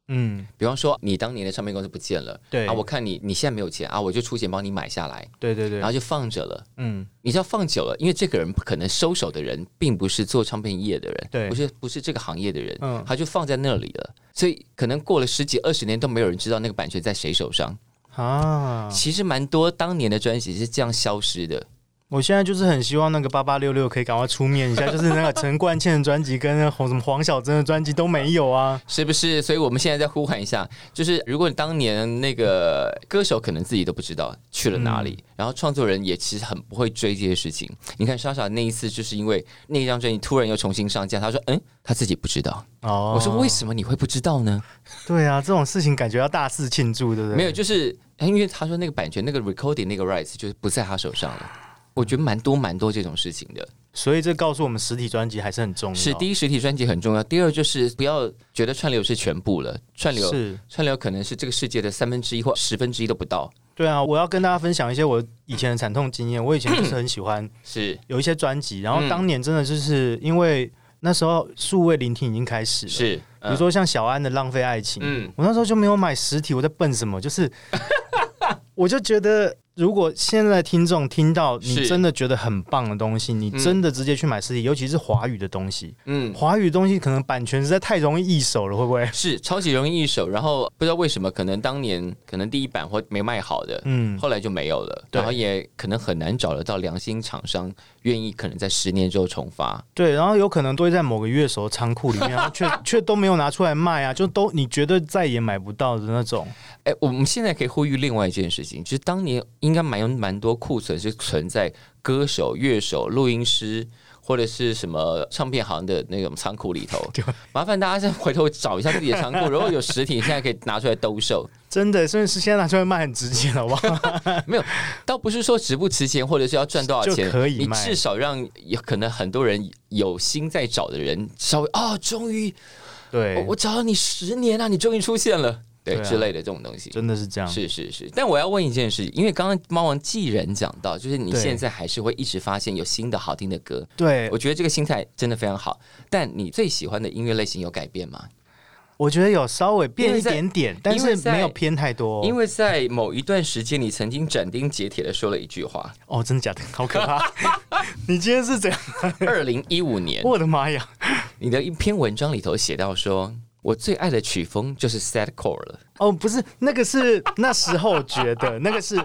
Speaker 3: 嗯
Speaker 2: 比方说，你当年的唱片公司不见了，
Speaker 3: 对
Speaker 2: 啊，我看你你现在没有钱啊，我就出钱帮你买下来，
Speaker 3: 对对
Speaker 2: 然后
Speaker 3: 对，
Speaker 2: 就放着了。
Speaker 3: 嗯
Speaker 2: 你知道放久了，因为这个人可能收手的人并不是做唱片业的人，
Speaker 3: 对
Speaker 2: 不是不是这个行业的人，
Speaker 3: 嗯
Speaker 2: 他就放在那里了，所以可能过了十几二十年都没有人知道那个版权在谁手上。
Speaker 3: 啊，
Speaker 2: 其实蛮多当年的专辑是这样消失的，
Speaker 3: 我现在就是很希望那个八八六六可以赶快出面一 下，就是那个陈冠茜的专辑跟那个黄什么黄小珍的专辑都没有啊，
Speaker 2: 是不是？所以我们现在在呼喊一下，就是如果你当年那个歌手可能自己都不知道去了哪
Speaker 3: 嗯
Speaker 2: 里，然后创作人也其实很不会追这些事情。你看莎莎那一次，就是因为那张专辑突然又重新上架，她说：“嗯，她自己不知道。
Speaker 3: 哦，
Speaker 2: 我说：“为什么你会不知道呢？”
Speaker 3: 对啊，这种事情感觉要大肆庆祝，对不对？
Speaker 2: 没有，就是因为他说那个版权、那个 recording、那个 rights 就是不在他手上了。我觉得蛮多蛮多这种事情的，
Speaker 3: 所以这告诉我们实体专辑还是很重要，
Speaker 2: 是第一实体专辑很重要，第二就是不要觉得串流是全部了，串流
Speaker 3: 是
Speaker 2: 串流可能是这个世界的三分之一或十分之一都不到，
Speaker 3: 对啊，我要跟大家分享一些我以前的惨痛经验。我以前就是很喜欢
Speaker 2: 是
Speaker 3: 有一些专辑，然后
Speaker 2: 嗯
Speaker 3: 当年真的就是因为那时候数位聆听已经开始了，
Speaker 2: 是，
Speaker 3: 比如说像小安的《浪费爱情》，
Speaker 2: 嗯
Speaker 3: 我那时候就没有买实体，我在笨什么？就是 我就觉得，如果现在听众听到你
Speaker 2: 是
Speaker 3: 真的觉得很棒的东西，你
Speaker 2: 嗯
Speaker 3: 真的直接去买实体，尤其是华语的东西，
Speaker 2: 嗯嗯
Speaker 3: 华语的东西可能版权实在太容易易手了，会不会？
Speaker 2: 是超级容易一手，然后不知道为什么，可能当年可能第一版或没卖好的，
Speaker 3: 嗯，
Speaker 2: 后来就没有了，
Speaker 3: 对
Speaker 2: 然后也可能很难找得到良心厂商愿意可能在十年之后重发，
Speaker 3: 对，然后有可能堆在某个乐手的仓库里面， 然后却却都没有拿出来卖啊，就都你绝对再也买不到的那种。
Speaker 2: 哎，我们现在可以呼吁另外一件事情，就是当年应该蛮有蛮多库存是存在歌手、乐手、录音师或者是什么唱片行的那种仓库里 头。麻烦大家再回头找一下自己的仓库，如果有实体，现在可以拿出来兜 售。
Speaker 3: 真的，所以是现在拿出来卖很值钱，好 不好？
Speaker 2: 没有，倒不是说值不值钱，或者是要赚多少钱，
Speaker 3: 就可以
Speaker 2: 你
Speaker 3: 卖
Speaker 2: 至少让有可能很多人有心在找的人稍微啊、终于我
Speaker 3: 对，
Speaker 2: 我找了你十年啊了、你终于出现了，对
Speaker 3: 对啊
Speaker 2: 之类的这种东西。
Speaker 3: 真的是这样。
Speaker 2: 是是是，但我要问一件事，因为刚刚猫王既然讲到，就是你
Speaker 3: 对
Speaker 2: 现在还是会一直发现有新的好听的歌，
Speaker 3: 对，
Speaker 2: 我觉得这个心态真的非常好。但你最喜欢的音乐类型有改变吗？
Speaker 3: 我觉得有稍微
Speaker 2: 因
Speaker 3: 变
Speaker 2: 为
Speaker 3: 一
Speaker 2: 在
Speaker 3: 点点，但
Speaker 2: 因为
Speaker 3: 是
Speaker 2: 在
Speaker 3: 没有偏太多哦。
Speaker 2: 因为在某一段时间，你曾经斩钉截铁的说了一句话：
Speaker 3: 哦，真的假的？ 好可怕！你今天是怎样？
Speaker 2: 二零一五年，
Speaker 3: 我的妈呀！
Speaker 2: 你的一篇文章里头写到说，我最爱的曲风就是 sadcore 了。
Speaker 3: 哦，不是，那个是那时候觉得，那个是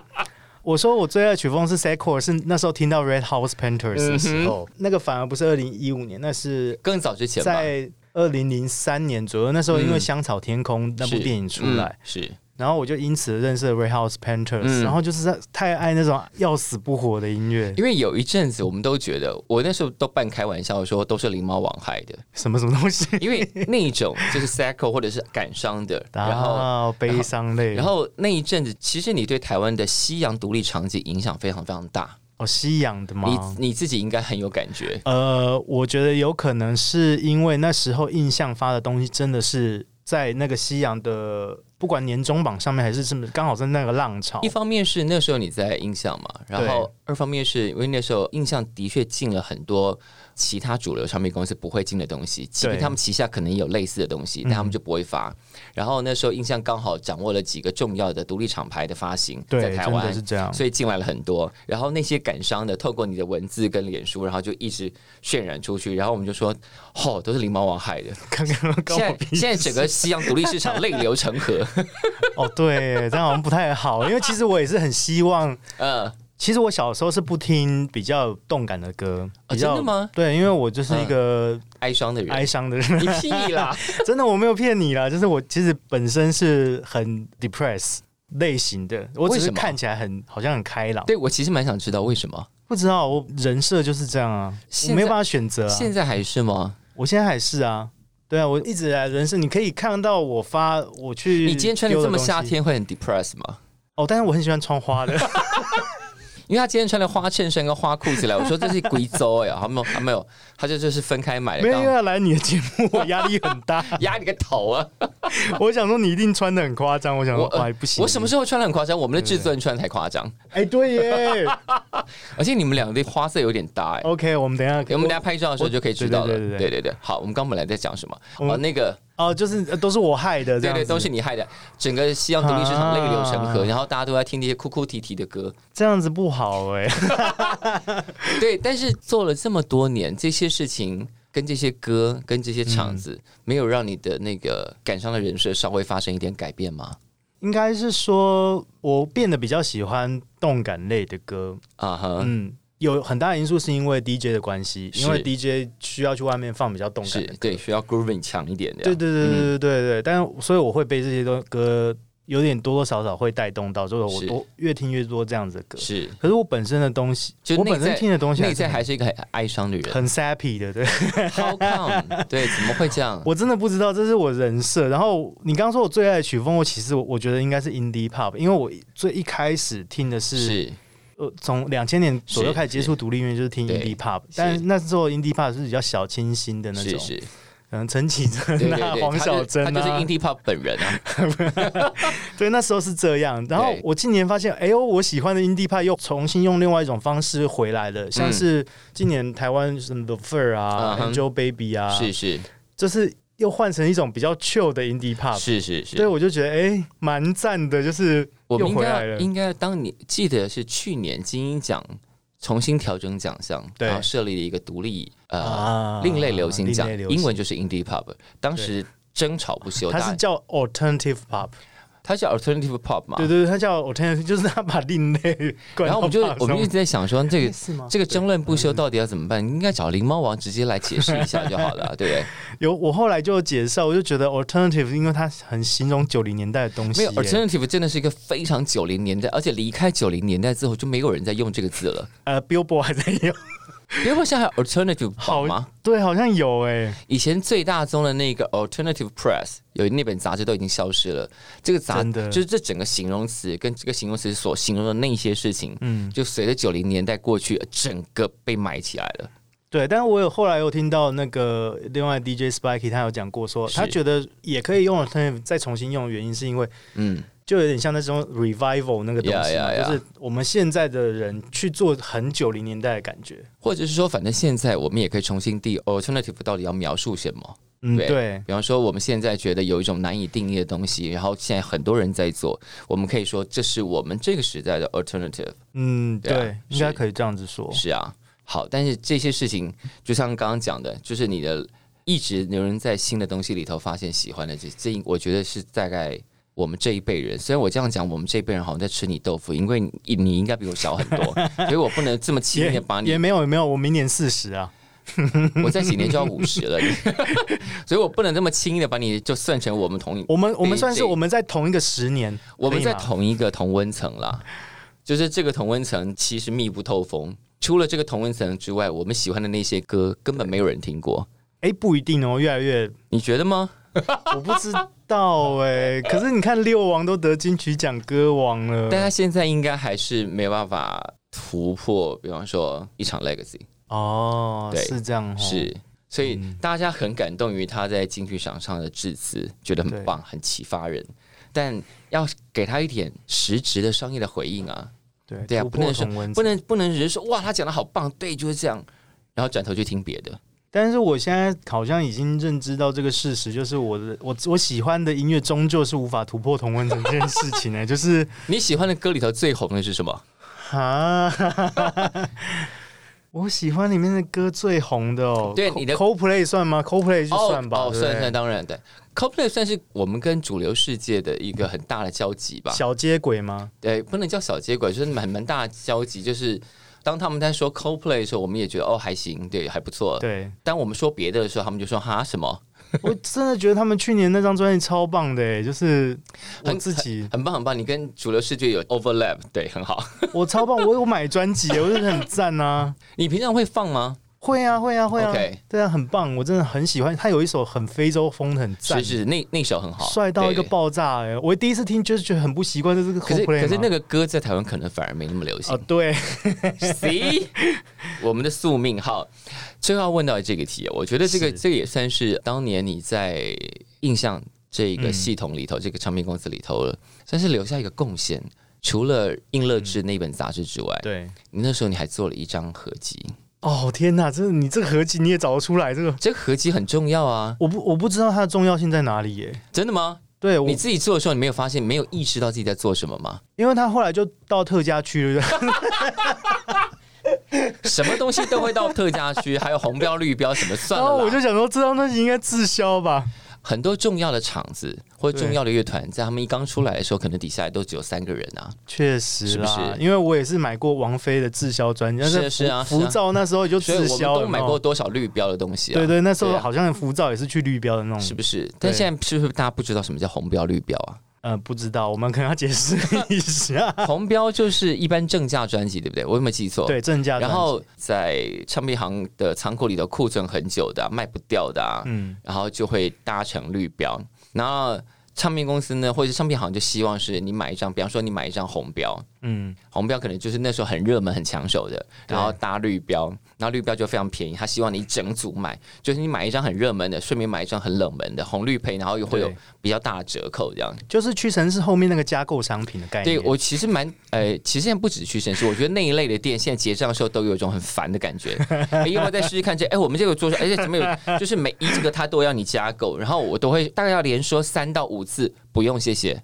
Speaker 3: 我说我最爱的曲风是 s e c o r 是那时候听到 Red House Painters 的时候，那个反而不是二零一五年，那是
Speaker 2: 更早之前吧，
Speaker 3: 在二零零三年左右，那时候因为
Speaker 2: 嗯
Speaker 3: 《香草天空》那部
Speaker 2: 是
Speaker 3: 电影出来，
Speaker 2: 嗯是
Speaker 3: 然后我就因此认识了 Red House Painters，、
Speaker 2: 嗯
Speaker 3: 然后就是在太爱那种要死不活的音乐，
Speaker 2: 因为有一阵子，我们都觉得，我那时候都半开玩笑说，都是狸猫王害的。
Speaker 3: 什么什么东西，
Speaker 2: 因为那一种就是 psycho 或者是感伤的，然后
Speaker 3: 后悲伤类，
Speaker 2: 然后那一阵子，其实你对台湾的西洋独立场景影响非常非常大，
Speaker 3: 哦西洋的吗？
Speaker 2: 你你自己应该很有感觉。
Speaker 3: 呃，我觉得有可能是因为那时候印象发的东西真的是在那个西洋的，不管年终榜上面还是什么，刚好在那个浪潮
Speaker 2: 一。方面是那时候你在印象嘛，然后二方面是因为那时候印象的确进了很多其他主流唱片公司不会进的东西，即便他们旗下可能有类似的东西，但他
Speaker 3: 嗯
Speaker 2: 们就不会发。然后那时候印象刚好掌握了几个重要的独立厂牌的发行，在
Speaker 3: 对，
Speaker 2: 台
Speaker 3: 真
Speaker 2: 湾
Speaker 3: 的是这样。
Speaker 2: 所以进来了很多。然后那些感伤的，透过你的文字跟脸书，然后就一直渲染出去。然后我们就说，吼、都是狸猫王害的。
Speaker 3: 刚刚刚
Speaker 2: 现
Speaker 3: 我
Speaker 2: 在
Speaker 3: 比
Speaker 2: 现在整个西洋独立市场泪流成 河。
Speaker 3: 哦，对，这样好像不太好，因为其实我也是很希望，
Speaker 2: 呃，
Speaker 3: 其实我小时候是不听比较动感的歌，
Speaker 2: 啊
Speaker 3: 比较、
Speaker 2: 真的吗？嗯
Speaker 3: 对，因为我就是一个
Speaker 2: 哀伤的人
Speaker 3: 哀，伤的人，
Speaker 2: 你屁啦！
Speaker 3: 真的，我没有骗你啦，就是我其实本身是很 depress 类型的，我只
Speaker 2: 为
Speaker 3: 是
Speaker 2: 什么
Speaker 3: 看起来很好像很开朗，
Speaker 2: 对我其实蛮想知道为什么。
Speaker 3: 不知道我人设就是这样啊，
Speaker 2: 现在
Speaker 3: 我没有办法选择啊，
Speaker 2: 现在还是吗？
Speaker 3: 我现在还是啊，对啊，我一直以来人设，你可以看到我发我去，
Speaker 2: 你今天穿的这么夏天，会很 depress 吗？
Speaker 3: 哦，但是我很喜欢穿花的，
Speaker 2: 因为他今天穿了花衬衫跟花裤子来，我说这是贵州哎， 他没有，他没有，他这就是分开买的。
Speaker 3: 没有
Speaker 2: 刚
Speaker 3: 因为要来你的节目，我压力很 大。
Speaker 2: 压你个头啊！
Speaker 3: 我想说你一定穿的很夸张，我想说
Speaker 2: 我呃
Speaker 3: 哎不行，
Speaker 2: 我什么时候穿的很夸张？我们的制作人穿的才夸张，
Speaker 3: 哎 对耶
Speaker 2: 而且你们两个的花色有点搭哎。
Speaker 3: ，OK，我们等一下，
Speaker 2: 我们大家拍照的时候就可以知道了。
Speaker 3: 对对对对对
Speaker 2: 好，我们刚本来在讲什么？
Speaker 3: 我们
Speaker 2: 哦，那个，
Speaker 3: 哦，就是呃都是我害的，这
Speaker 2: 对
Speaker 3: 样
Speaker 2: 对，
Speaker 3: 子
Speaker 2: 都是你害的。整个西洋独立市场泪流成河，
Speaker 3: 啊
Speaker 2: 然后大家都在听那些哭哭啼啼的歌。
Speaker 3: 这样子不好哎。
Speaker 2: 对，但是做了这么多年，这些事情跟这些歌、跟这些场子，
Speaker 3: 嗯
Speaker 2: 没有让你的那个感伤的人设稍微发生一点改变吗？
Speaker 3: 应该是说我变得比较喜欢动感类的歌，
Speaker 2: 啊哈、
Speaker 3: 嗯。有很大的因素是因为 DJ 的关系，因为
Speaker 2: 是
Speaker 3: DJ 需要去外面放比较动感
Speaker 2: 是嗯
Speaker 3: 的歌
Speaker 2: 对，需要 grooving 强一点的。
Speaker 3: 对对对对对对对，但是所以我会被这些东歌有点多多少少会带动到，就是我
Speaker 2: 是
Speaker 3: 多越听越多这样子的歌。
Speaker 2: 是，
Speaker 3: 可是我本身的东西，
Speaker 2: 就
Speaker 3: 我
Speaker 2: 内
Speaker 3: 本身
Speaker 2: 在
Speaker 3: 听的东西
Speaker 2: 内
Speaker 3: 是
Speaker 2: 在还是一个很哀伤的人。
Speaker 3: 很 sappy 的，对。
Speaker 2: How come？对，怎么会这样？
Speaker 3: 我真的不知道，这是我人设。然后你刚刚说我最爱的曲风，我其实我我觉得应该是 indie pop，因为我最一开始听的是
Speaker 2: 是
Speaker 3: 呃，从两千年左右
Speaker 2: 是
Speaker 3: 开始接触独立音乐，就是听
Speaker 2: 对
Speaker 3: indie pop，但是那时候 indie pop 是比较小清新的那
Speaker 2: 是
Speaker 3: 种，
Speaker 2: 是，
Speaker 3: 可能陈绮贞
Speaker 2: 对对
Speaker 3: 啊、
Speaker 2: 对，
Speaker 3: 黄
Speaker 2: 他
Speaker 3: 小
Speaker 2: 就
Speaker 3: 珍
Speaker 2: 他就是
Speaker 3: 啊，
Speaker 2: indie pop 本人啊。
Speaker 3: 对，那时候是这样。然后
Speaker 2: 对
Speaker 3: 我今年发现，哎呦，我喜欢的 indie pop 又重新用另外一种方式回来了，像是今年台湾什么 The Fur 啊、
Speaker 2: 嗯嗯哼
Speaker 3: Angel Baby 啊，
Speaker 2: 是是
Speaker 3: 就是又换成一种比较 chill 的 indie pop。
Speaker 2: 是是
Speaker 3: 啊对，
Speaker 2: 是，
Speaker 3: 我就觉得哎，蛮赞的，就是
Speaker 2: 我们
Speaker 3: 又
Speaker 2: 应
Speaker 3: 回来
Speaker 2: 该
Speaker 3: 了。
Speaker 2: 应该当你记得是去年金鹰奖重新调整奖项，
Speaker 3: 对
Speaker 2: 然后设立了一个独立呃
Speaker 3: 啊
Speaker 2: 另类流行奖
Speaker 3: 另类，流行
Speaker 2: 英文就是 indie pop，当时争吵不休，
Speaker 3: 它
Speaker 2: 大
Speaker 3: 是
Speaker 2: 家
Speaker 3: 叫 alternative pop。
Speaker 2: 它是 alternative pop 嘛
Speaker 3: 对，对，对它叫 alternative，就是他把另类灌
Speaker 2: 然后
Speaker 3: 到
Speaker 2: 我们就
Speaker 3: pop
Speaker 2: 我们一直
Speaker 3: 上
Speaker 2: 在想说这
Speaker 3: 面
Speaker 2: 个。
Speaker 3: 是吗？
Speaker 2: 这个争论不
Speaker 3: 嗯
Speaker 2: 休到底要怎么办？应该找狸猫王直接来解释一下就好 了，对不对？
Speaker 3: 有我后来就有解释啊，我就觉得 alternative，因为它很形容九零年代的东西
Speaker 2: 没
Speaker 3: 耶、
Speaker 2: 有 alternative 真的是一个非常九零年代，而且离开九零年代之后就没有人在用这个字了。
Speaker 3: 呃，Billboard 还在用，
Speaker 2: 别问现在还有 alternative
Speaker 3: 好
Speaker 2: 榜吗？
Speaker 3: 对，好像有哎、
Speaker 2: 以前最大宗的那个 alternative press 有那本杂志都已经消失了。这个杂
Speaker 3: 真的
Speaker 2: 就是这整个形容词跟这个形容词所形容的那些事情，
Speaker 3: 嗯，
Speaker 2: 就随着九零年代过去，整个被埋起来了。
Speaker 3: 对。但是我有后来有听到那个另外 DJ Spiky 他有讲过说，
Speaker 2: 是
Speaker 3: 他觉得也可以用 alternative 再重新用的原因是因为
Speaker 2: 嗯，
Speaker 3: 就有点像那种 revival 那个东西嘛
Speaker 2: Yeah, yeah, yeah
Speaker 3: 就是我们现在的人去做很九零年代的感觉。
Speaker 2: 或者是说，反正现在我们也可以重新定 alternative 到底要描述什么。
Speaker 3: 嗯，
Speaker 2: 对
Speaker 3: 对，
Speaker 2: 比方说，我们现在觉得有一种难以定义的东西，然后现在很多人在做，我们可以说这是我们这个时代的 alternative。
Speaker 3: 嗯，
Speaker 2: 对啊
Speaker 3: 对，应该
Speaker 2: 是
Speaker 3: 可以这样子说。
Speaker 2: 是啊，好，但是这些事情就像刚刚讲的，就是你的一直有人在新的东西里头发现喜欢的，这这我觉得是大概。我们这一辈人，虽然我这样讲，我们这一辈人好像在吃你豆腐，因为你你应该比我小很多，所以我不能这么轻易的把你
Speaker 3: 也没有也没有，我明年四十啊，
Speaker 2: 我在几年就要五十了，你 所以我不能这么轻易的把你就算成我们同一，
Speaker 3: 我们我们
Speaker 2: 对
Speaker 3: 算是
Speaker 2: 对
Speaker 3: 我们在同一个十年，
Speaker 2: 我们在
Speaker 3: 可以吗
Speaker 2: 同一个同温层啦。就是这个同温层其实密不透风，除了这个同温层之外，我们喜欢的那些歌根本没有人听过，
Speaker 3: 哎、不一定哦，越来越
Speaker 2: 你觉得吗？
Speaker 3: 我不知道哎、可是你看六王都得金曲奖歌王了，
Speaker 2: 但他现在应该还是没办法突破，比方说一场 legacy
Speaker 3: 哦，
Speaker 2: 对
Speaker 3: 是这样、哦，嗯
Speaker 2: 是。所以大家很感动于他在金曲奖上的致辞，觉得很
Speaker 3: 对
Speaker 2: 棒，很启发人。但要给他一点实质的商业的回应啊，
Speaker 3: 对
Speaker 2: 对啊
Speaker 3: 突
Speaker 2: 不
Speaker 3: 破
Speaker 2: 能说
Speaker 3: 同温层
Speaker 2: 不能不能只是说哇，他讲的好棒，对，就是这样，然后转头去听别的。
Speaker 3: 但是我现在好像已经认知到这个事实，就是我的我我喜欢的音乐终究是无法突破同温层这件事情哎、 就是
Speaker 2: 你喜欢的歌里头最红的是什么？
Speaker 3: 啊。我喜欢里面的歌最红的哦，
Speaker 2: 对你的
Speaker 3: CoPlay 算吗？CoPlay 就算吧，
Speaker 2: 哦，
Speaker 3: 对不对
Speaker 2: 算算，当然对。Coldplay 算是我们跟主流世界的一个很大的交集吧，
Speaker 3: 小接轨吗？
Speaker 2: 对，哎不能叫小接轨，就是蛮蛮大的交集。就是当他们在说 Coldplay 的时候，我们也觉得哦还行，对，还不错。
Speaker 3: 对，
Speaker 2: 当我们说别的的时候，他们就说哈什么
Speaker 3: 我真的觉得他们去年那张专辑超棒的、欸，就是我
Speaker 2: 很
Speaker 3: 自己，
Speaker 2: 很棒很棒，你跟主流世界有 overlap，对，很好。
Speaker 3: 我超棒，我有买专辑欸，我就很赞啊。
Speaker 2: 你平常会放吗？
Speaker 3: 会啊，会啊，会啊
Speaker 2: OK
Speaker 3: 对啊，很棒，我真的很喜欢。他有一首很非洲风，很赞
Speaker 2: 是，是，那那首很好，
Speaker 3: 帅到一个
Speaker 2: 对。
Speaker 3: 爆炸哎、我第一次听就是觉得很不习惯，就是这个
Speaker 2: 可是
Speaker 3: Coldplay
Speaker 2: 可是
Speaker 3: 嘛
Speaker 2: 那个歌在台湾可能反而没那么流行
Speaker 3: 啊，。 对，
Speaker 2: C，我们的宿命好，最后要问到这个题，我觉得这个
Speaker 3: 是
Speaker 2: 这个也算是当年你在印象这个
Speaker 3: 嗯
Speaker 2: 系统里头，这个唱片公司里头了，算是留下一个贡献。除了《应乐志》那本杂志之外，
Speaker 3: 对，
Speaker 2: 你那时候你还做了一张合集，
Speaker 3: 哦天哪，这你这个合集你也找得出来，这个
Speaker 2: 这个合集很重要啊！
Speaker 3: 我不我不知道它的重要性在哪里耶、
Speaker 2: 真的吗？
Speaker 3: 对，我
Speaker 2: 你自己做的时候，你没有发现，没有意识到自己在做什么 吗？
Speaker 3: 因为他后来就到特价区了，
Speaker 2: 什么东西都会到特价区，还有红标、绿标，什么算
Speaker 3: 然后
Speaker 2: 了
Speaker 3: 我
Speaker 2: 啦。
Speaker 3: 就想说这张专辑应该滞销吧，
Speaker 2: 很多重要的厂子或者
Speaker 3: 对
Speaker 2: 重要的乐团，在他们一刚出来的时候，可能底下都只有三个人啊。
Speaker 3: 确实啦，
Speaker 2: 是不是
Speaker 3: 因为我也是买过王菲的滞销专辑，但
Speaker 2: 是啊
Speaker 3: 福
Speaker 2: 是啊是啊
Speaker 3: 浮躁那时候也就
Speaker 2: 所以
Speaker 3: 滞
Speaker 2: 我们
Speaker 3: 销了，
Speaker 2: 都买过多少绿标的东西啊？
Speaker 3: 有没有。对嗯对，那时
Speaker 2: 对
Speaker 3: 候
Speaker 2: 啊
Speaker 3: 好像浮躁也是去绿标的那种，
Speaker 2: 是不是？但现在是不是大家不知道什么叫红标、绿标啊？
Speaker 3: 呃，不知道，我们可能要解释 一下。
Speaker 2: 红标就是一般正价专辑，对不对？我有没有记错？。
Speaker 3: 啊对，正价专
Speaker 2: 然
Speaker 3: 辑。
Speaker 2: 后在唱片行的仓库里头库存很久的啊、卖不掉的啊，
Speaker 3: 嗯，
Speaker 2: 然后就会搭成绿标。然后唱片公司呢，或者是唱片行就希望是你买一张，比方说你买一张红标，
Speaker 3: 嗯
Speaker 2: 红标可能就是那时候很热门、很抢手的，
Speaker 3: 对
Speaker 2: 然后搭绿标，然后绿标就非常便宜，他希望你整组买，就是你买一张很热门的，顺便买一张很冷门的红绿配，然后又会有
Speaker 3: 对
Speaker 2: 比较大的折扣这样。
Speaker 3: 就是屈臣氏后面那个加购商品的概念。
Speaker 2: 对我其实蛮呃，其实现在不只是屈臣氏，我觉得那一类的店现在结账的时候都有一种很烦的感 觉。哎，要不要再试试看这？哎，我们这个桌上，而且前面有，就是每一个他都要你加购，然后我都会大概要连说三到五次，不用谢 谢，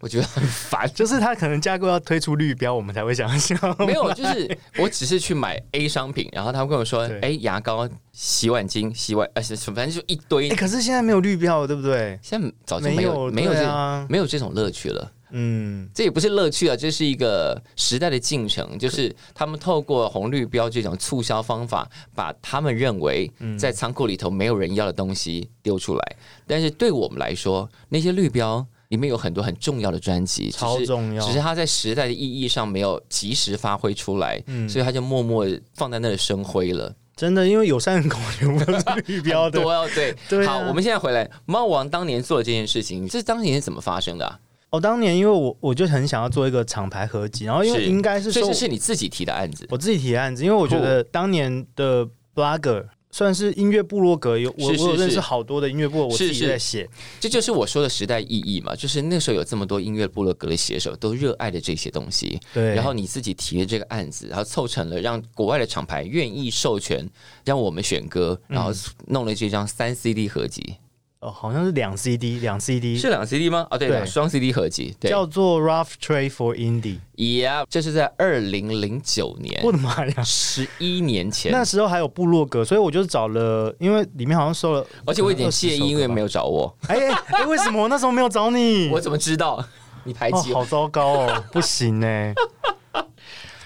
Speaker 2: 我觉得很烦。
Speaker 3: 就是他可能加购要推出绿标，我们才会想要。
Speaker 2: 没有，就是我只是去买 A 商品，然后他会跟我说
Speaker 3: 对，
Speaker 2: 哎，牙膏、洗碗巾、洗碗，呃，是反正就一堆
Speaker 3: 哎，。可是现在没有绿标了，对不对？
Speaker 2: 现在早就没有没
Speaker 3: 没
Speaker 2: 有
Speaker 3: 对
Speaker 2: 这
Speaker 3: 啊，
Speaker 2: 没有这种乐趣了。
Speaker 3: 嗯，
Speaker 2: 这也不是乐趣啊，这是一个时代的进程，就是他们透过红绿标这种促销方法，把他们认为
Speaker 3: 嗯
Speaker 2: 在仓库里头没有人要的东西丢出来。但是对我们来说，那些绿标里面有很多很重要的专辑，只
Speaker 3: 超
Speaker 2: 是
Speaker 3: 重要
Speaker 2: 只。是它在时代的意义上没有及时发挥出来，
Speaker 3: 嗯
Speaker 2: 所以它就默默地放在那里生灰了。
Speaker 3: 真的，因为友善人口全部都是绿标的
Speaker 2: 对。哦，对，
Speaker 3: 对啊
Speaker 2: 好，我们现在回来，猫王当年做的这件事情，这当年是怎么发生的、啊？
Speaker 3: 哦，当年因为我我就很想要做一个厂牌合集，然哦后因为
Speaker 2: 是
Speaker 3: 应该是
Speaker 2: 所以
Speaker 3: 说
Speaker 2: 这是你自己提的案子，
Speaker 3: 我自己提的案子，因为我觉得当年的 blogger 算是音乐部落格，有我
Speaker 2: 是是
Speaker 3: 我有认
Speaker 2: 是
Speaker 3: 识好多的音乐部落，我
Speaker 2: 是
Speaker 3: 自己
Speaker 2: 是
Speaker 3: 在写。
Speaker 2: 这就是我说的时代意义嘛，就是那时候有这么多音乐部落格的写手都热爱的这些东西，
Speaker 3: 对，
Speaker 2: 然后你自己提的这个案子，然后凑成了让国外的厂牌愿意授权让我们选歌，
Speaker 3: 嗯
Speaker 2: 然后弄了这张三 CD 合集，
Speaker 3: 哦，好像是两 CD，两 CD
Speaker 2: 是两 CD 吗？哦，对，
Speaker 3: 对
Speaker 2: 两双 CD 合集，对
Speaker 3: 叫做 Rough Trade for Indie。
Speaker 2: ，Yeah，这是在二零零九年，
Speaker 3: 我的妈呀！
Speaker 2: 十一年前，
Speaker 3: 那时候还有部落格，所以我就找了，因为里面好像收了，
Speaker 2: 而且我有点介
Speaker 3: 介
Speaker 2: 意，因为没
Speaker 3: 有。
Speaker 2: 有找我，
Speaker 3: 哎哎哎，为什么我那时候没有找你？
Speaker 2: 我怎么知道？你排
Speaker 3: 哦，
Speaker 2: 挤我？
Speaker 3: 好糟糕 哦，不行呢。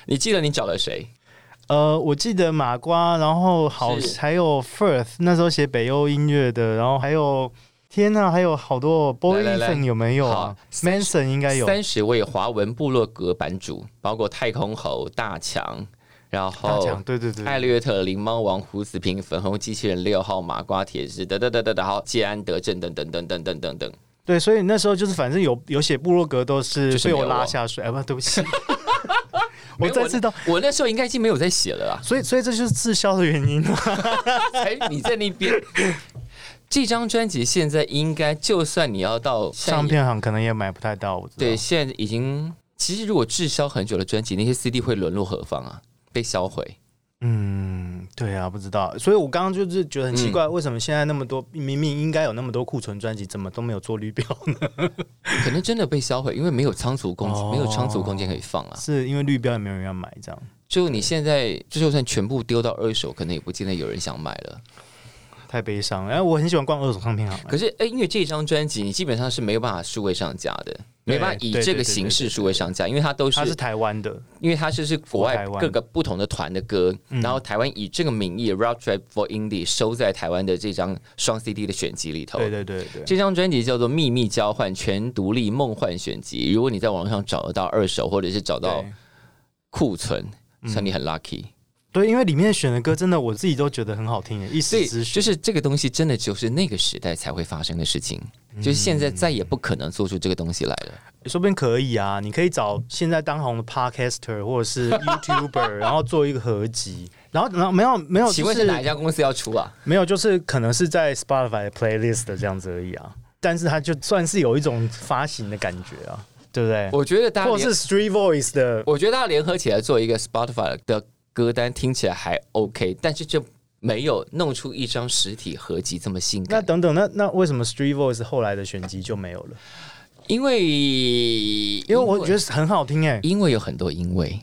Speaker 2: 你记得你找了谁？
Speaker 3: 呃，我记得马瓜，然后好
Speaker 2: 是
Speaker 3: 还有 Firth，那时候写北欧音乐的，然后还有天呐、还有好多 Boy
Speaker 2: 来来
Speaker 3: Ethan 有没有啊
Speaker 2: 好
Speaker 3: ？Manson 应该有，
Speaker 2: 三十位华文部落格版主，包括太空猴、大强，然
Speaker 3: 大奖
Speaker 2: 后
Speaker 3: 对对对，
Speaker 2: 艾略特、灵猫王、胡子平、粉红机器人六号、麻瓜铁石等等等等，然后谢安德正等等等等等等等。
Speaker 3: 对，所以那时候就是反正有有写部落格都是
Speaker 2: 就是
Speaker 3: 被
Speaker 2: 没
Speaker 3: 我
Speaker 2: 有我
Speaker 3: 拉下水，哎不，对 不起，
Speaker 2: 没
Speaker 3: 我
Speaker 2: 有
Speaker 3: 再次到，
Speaker 2: 我那时候应该已经没有在写了 啦，
Speaker 3: 所以所以这就是滞销的原因嘛。
Speaker 2: 才你在那边。这张专辑现在应该，就算你要到
Speaker 3: 唱片行可能也买不太到，我知道
Speaker 2: 对，，现在已经其实如果滞销很久的专辑，那些 CD 会沦落何方啊？被销毁。
Speaker 3: 嗯，对啊，不知道，所以我刚刚就是觉得很奇怪，
Speaker 2: 嗯
Speaker 3: 为什么现在那么多明明应该有那么多库存专辑，怎么都没有做绿标？
Speaker 2: 可能真的被销毁，因为没有仓储空，
Speaker 3: 哦
Speaker 2: 没有仓储空间可以放啊。
Speaker 3: 是因为绿标也没有人要买这样。
Speaker 2: 就你现在，就就算全部丢到二手，可能也不见得有人想买了。
Speaker 3: 太悲伤了。哎，我很喜欢逛二手唱片行。啊
Speaker 2: 可是，哎、因为这张专辑你基本上是没有办法数位上架的，没办法以
Speaker 3: 对
Speaker 2: 这个
Speaker 3: 对对
Speaker 2: 形
Speaker 3: 对
Speaker 2: 式
Speaker 3: 对
Speaker 2: 数位上架，因为它都是
Speaker 3: 它是台湾的，
Speaker 2: 因为它是是国外
Speaker 3: 台湾
Speaker 2: 各个不同的团的歌，
Speaker 3: 嗯
Speaker 2: 然后台湾以这个名义 Road Trip for Indie 收在台湾的这张双 CD 的选集里头。
Speaker 3: 对对对对，
Speaker 2: 这张专辑叫做《秘密交换全独立梦幻选集》，如果你在网络上找得到二手，或者是找到
Speaker 3: 对
Speaker 2: 库存，
Speaker 3: 嗯
Speaker 2: 算你很 lucky。
Speaker 3: 对，因为里面选的歌真的我自己都觉得很好听耶，一
Speaker 2: 所
Speaker 3: 时
Speaker 2: 以
Speaker 3: 之选。
Speaker 2: 就是这个东西真的就是那个时代才会发生的事情，
Speaker 3: 嗯
Speaker 2: 就是现在再也不可能做出这个东西来了。
Speaker 3: 说不定可以啊，你可以找现在当红的 podcaster 或 者是 YouTuber，然后做一个合集，然后然后没有没有，
Speaker 2: 请问
Speaker 3: 就是
Speaker 2: 哪一家公司要出啊？
Speaker 3: 没有，就是可能是在 Spotify 的 playlist 的这样子而已啊。但是它就算是有一种发行的感觉啊，对不对？
Speaker 2: 我觉得大家
Speaker 3: 或
Speaker 2: 联
Speaker 3: 者是 Street Voice 的，
Speaker 2: 我觉得大家联合起来做一个 Spotify 的歌单，听起来还 OK，但是就没有弄出一张实体合集这么性
Speaker 3: 那
Speaker 2: 感。
Speaker 3: 等等，那那为什么 Street Voice 后来的选集就没有了？
Speaker 2: 因为因
Speaker 3: 因为我觉得很好听哎、
Speaker 2: 因为有很多因 为，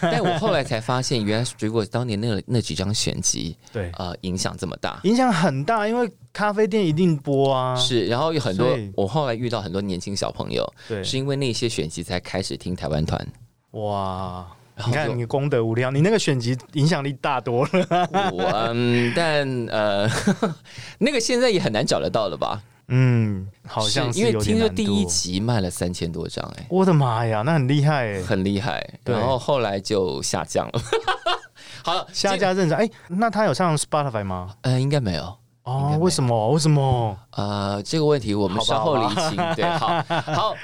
Speaker 2: 但我后来才发现，原来 Street Voice 当年那那几张选集，
Speaker 3: 对，
Speaker 2: 呃，影响这么 大。
Speaker 3: 影响很大，因为咖啡店一定播啊，
Speaker 2: 是，然后有很多
Speaker 3: 所以，
Speaker 2: 我后来遇到很多年轻小朋友，
Speaker 3: 对，
Speaker 2: 是因为那些选集才开始听台湾团。
Speaker 3: 哇。
Speaker 2: 然后
Speaker 3: 你
Speaker 2: 就
Speaker 3: 看，你功德无量，你那个选集影响力大多了。
Speaker 2: 我嗯， 但呃，那个现在也很难找得到了吧？
Speaker 3: 嗯，好像
Speaker 2: 因为
Speaker 3: 有点
Speaker 2: 听说
Speaker 3: 难
Speaker 2: 第
Speaker 3: 度
Speaker 2: 一集卖了三千多张、哎，
Speaker 3: 我的妈呀，那很厉害哎！
Speaker 2: 很厉害，
Speaker 3: 对
Speaker 2: 然后后来就下降了。 好了，
Speaker 3: 下
Speaker 2: 这个
Speaker 3: 架认证，哎，那他有上 Spotify 吗？
Speaker 2: 呃应该没有。应该没
Speaker 3: 哦，
Speaker 2: 有
Speaker 3: 为什么？为什么？
Speaker 2: 呃，这个问题我们
Speaker 3: 好吧
Speaker 2: 稍后理 清。对，好，好。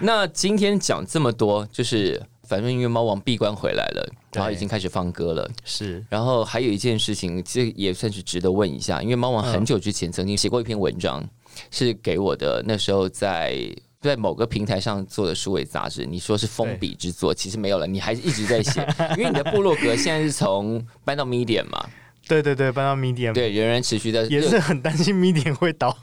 Speaker 2: 那今天讲这么多，就是反正因为猫王闭关回来了，然后
Speaker 3: 对
Speaker 2: 已经开始放歌了。
Speaker 3: 是
Speaker 2: 然后还有一件事情，这也算是值得问一下，因为猫王
Speaker 3: 嗯
Speaker 2: 很久之前曾经写过一篇文章，是给我的。那时候在在某个平台上做的数位杂志，你说是封笔之作，其实没有了，你还是一直在 写，因为你的部落格现在是从搬到 Medium 嘛，
Speaker 3: 对对对，搬到 Medium，，
Speaker 2: 对，仍然持续在
Speaker 3: 嗯也是很担心 Medium 会 倒。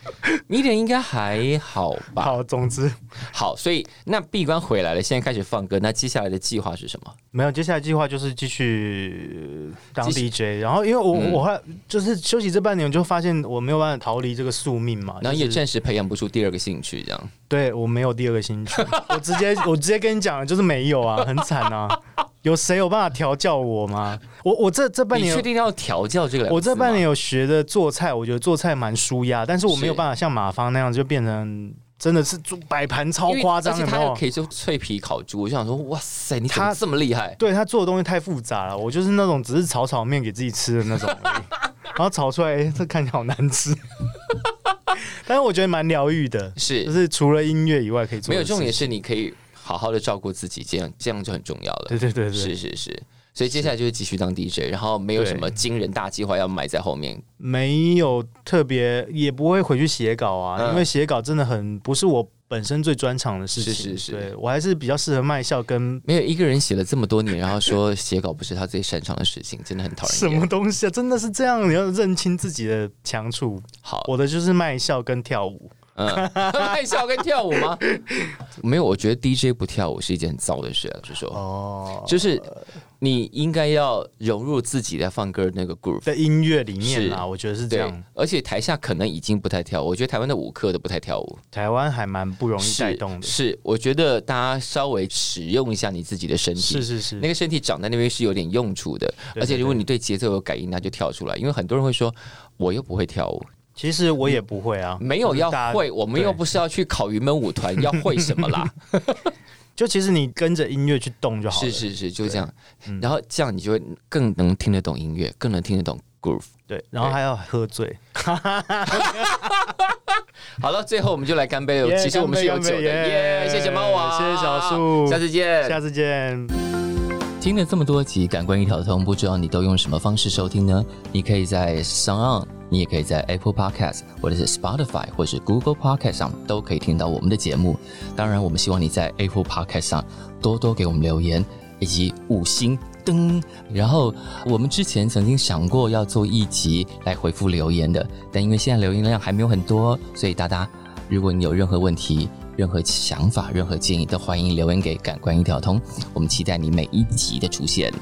Speaker 2: Medium 应该还好吧？
Speaker 3: 好，总之
Speaker 2: 好，所以那闭关回来了，现在开始放歌，那接下来的计划是什么？
Speaker 3: 没有，接下来计划就是继续呃当
Speaker 2: 继
Speaker 3: DJ，然后因为我、
Speaker 2: 嗯
Speaker 3: 我后来就是休息这半年，我就发现我没有办法逃离这个宿命嘛，
Speaker 2: 然后也
Speaker 3: 就是
Speaker 2: 暂时培养不出第二个兴趣，这样。
Speaker 3: 对我没有第二个兴 趣，我直接我直接跟你讲，就是没有啊，很惨啊，有谁有办法调教我吗？我我这这半
Speaker 2: 你
Speaker 3: 年
Speaker 2: 确。定要调教这个两个
Speaker 3: 我
Speaker 2: 字吗？
Speaker 3: 这半年有学的做菜，我觉得做菜蛮舒压，但是我没有
Speaker 2: 是
Speaker 3: 办法像马芳那样就变成真的是做摆盘超
Speaker 2: 因为
Speaker 3: 夸张，
Speaker 2: 而且
Speaker 3: 有没
Speaker 2: 他
Speaker 3: 有
Speaker 2: 还？可以做脆皮烤猪，我就想说，哇塞，你怎么
Speaker 3: 他
Speaker 2: 这么厉害？
Speaker 3: 对他做的东西太复杂了，我就是那种只是炒炒面给自己吃的 那种而已，然后炒出来、诶这看起来好难吃， 但是我觉得蛮疗愈的，就是是除了音乐以外可以做
Speaker 2: 没有
Speaker 3: 的事
Speaker 2: 重点是你可以好好的照顾自己，这样这样就很重要了。
Speaker 3: 对对对对，
Speaker 2: 是是是，所以接下来就是继续当 DJ，然后没有
Speaker 3: 对
Speaker 2: 什么惊人大计划要埋在后面。
Speaker 3: 没有特别，也不会回去写稿啊，
Speaker 2: 嗯
Speaker 3: 因为写稿真的很不是我本身最专长的事情，
Speaker 2: 是是是
Speaker 3: 对我还是比较适合卖笑跟
Speaker 2: 没有一个人写了这么多年，然后说写稿不是他最擅长的事情，真的很讨
Speaker 3: 什
Speaker 2: 人
Speaker 3: 么
Speaker 2: 厌。
Speaker 3: 东西啊，真的是这样，你要认清自己的强处，
Speaker 2: 好，
Speaker 3: 我的就是卖笑跟跳舞。
Speaker 2: 嗯，卖笑跟跳舞 吗？没有，我觉得 DJ 不跳舞是一件很糟的事啊，就说。
Speaker 3: 哦，
Speaker 2: 就是你应该要融入自己在放歌的那个 groove，
Speaker 3: 在音乐里面
Speaker 2: 是
Speaker 3: 啊，我觉得是这
Speaker 2: 对
Speaker 3: 样。，
Speaker 2: 而且台下可能已经不太跳舞，我觉得台湾的舞课都不太跳舞，
Speaker 3: 台湾还蛮不容易
Speaker 2: 是
Speaker 3: 带动的，
Speaker 2: 是，我觉得大家稍微使用一下你自己的身体，
Speaker 3: 是是是
Speaker 2: 那个身体长在那边是有点用处的。
Speaker 3: 对
Speaker 2: 而且如果
Speaker 3: 对
Speaker 2: 你对节奏有感应，那就跳出来。因为很多人会说，我又不会跳舞，
Speaker 3: 其实我也不会啊，
Speaker 2: 没有
Speaker 3: 就是
Speaker 2: 要
Speaker 3: 大家
Speaker 2: 会，我们
Speaker 3: 对
Speaker 2: 又不是要去考云门舞团，要会什么啦？
Speaker 3: 就其实你跟着音乐去动 就好了。
Speaker 2: 是是是，就这样
Speaker 3: 嗯。
Speaker 2: 然后这样你就会更能听得懂音乐，更能听得懂 groove。
Speaker 3: 对，然后还要喝醉，
Speaker 2: 好了，最后我们就来干杯了。
Speaker 3: 耶
Speaker 2: 其实我们是有
Speaker 3: 干
Speaker 2: 酒
Speaker 3: 杯
Speaker 2: 的，
Speaker 3: 干杯
Speaker 2: 耶！
Speaker 3: 耶
Speaker 2: 谢谢猫王，
Speaker 3: 谢谢小树
Speaker 2: 下次见，
Speaker 3: 下次见。
Speaker 2: 听了这么多集《感官一条通》，不知道你都用什么方式收听呢？你可以在 s o n 你也可以在 Apple Podcast 或者是 Spotify 或者是 Google Podcast 上都可以听到我们的节目。当然，我们希望你在 Apple Podcast 上多多给我们留言以及五星。噔，然后我们之前曾经想过要做一集来回复留言的，但因为现在留言量还没有很多，所以大家如果你有任何问题、任何想法、任何建议，都欢迎留言给感官一条通。我们期待你每一集的出现。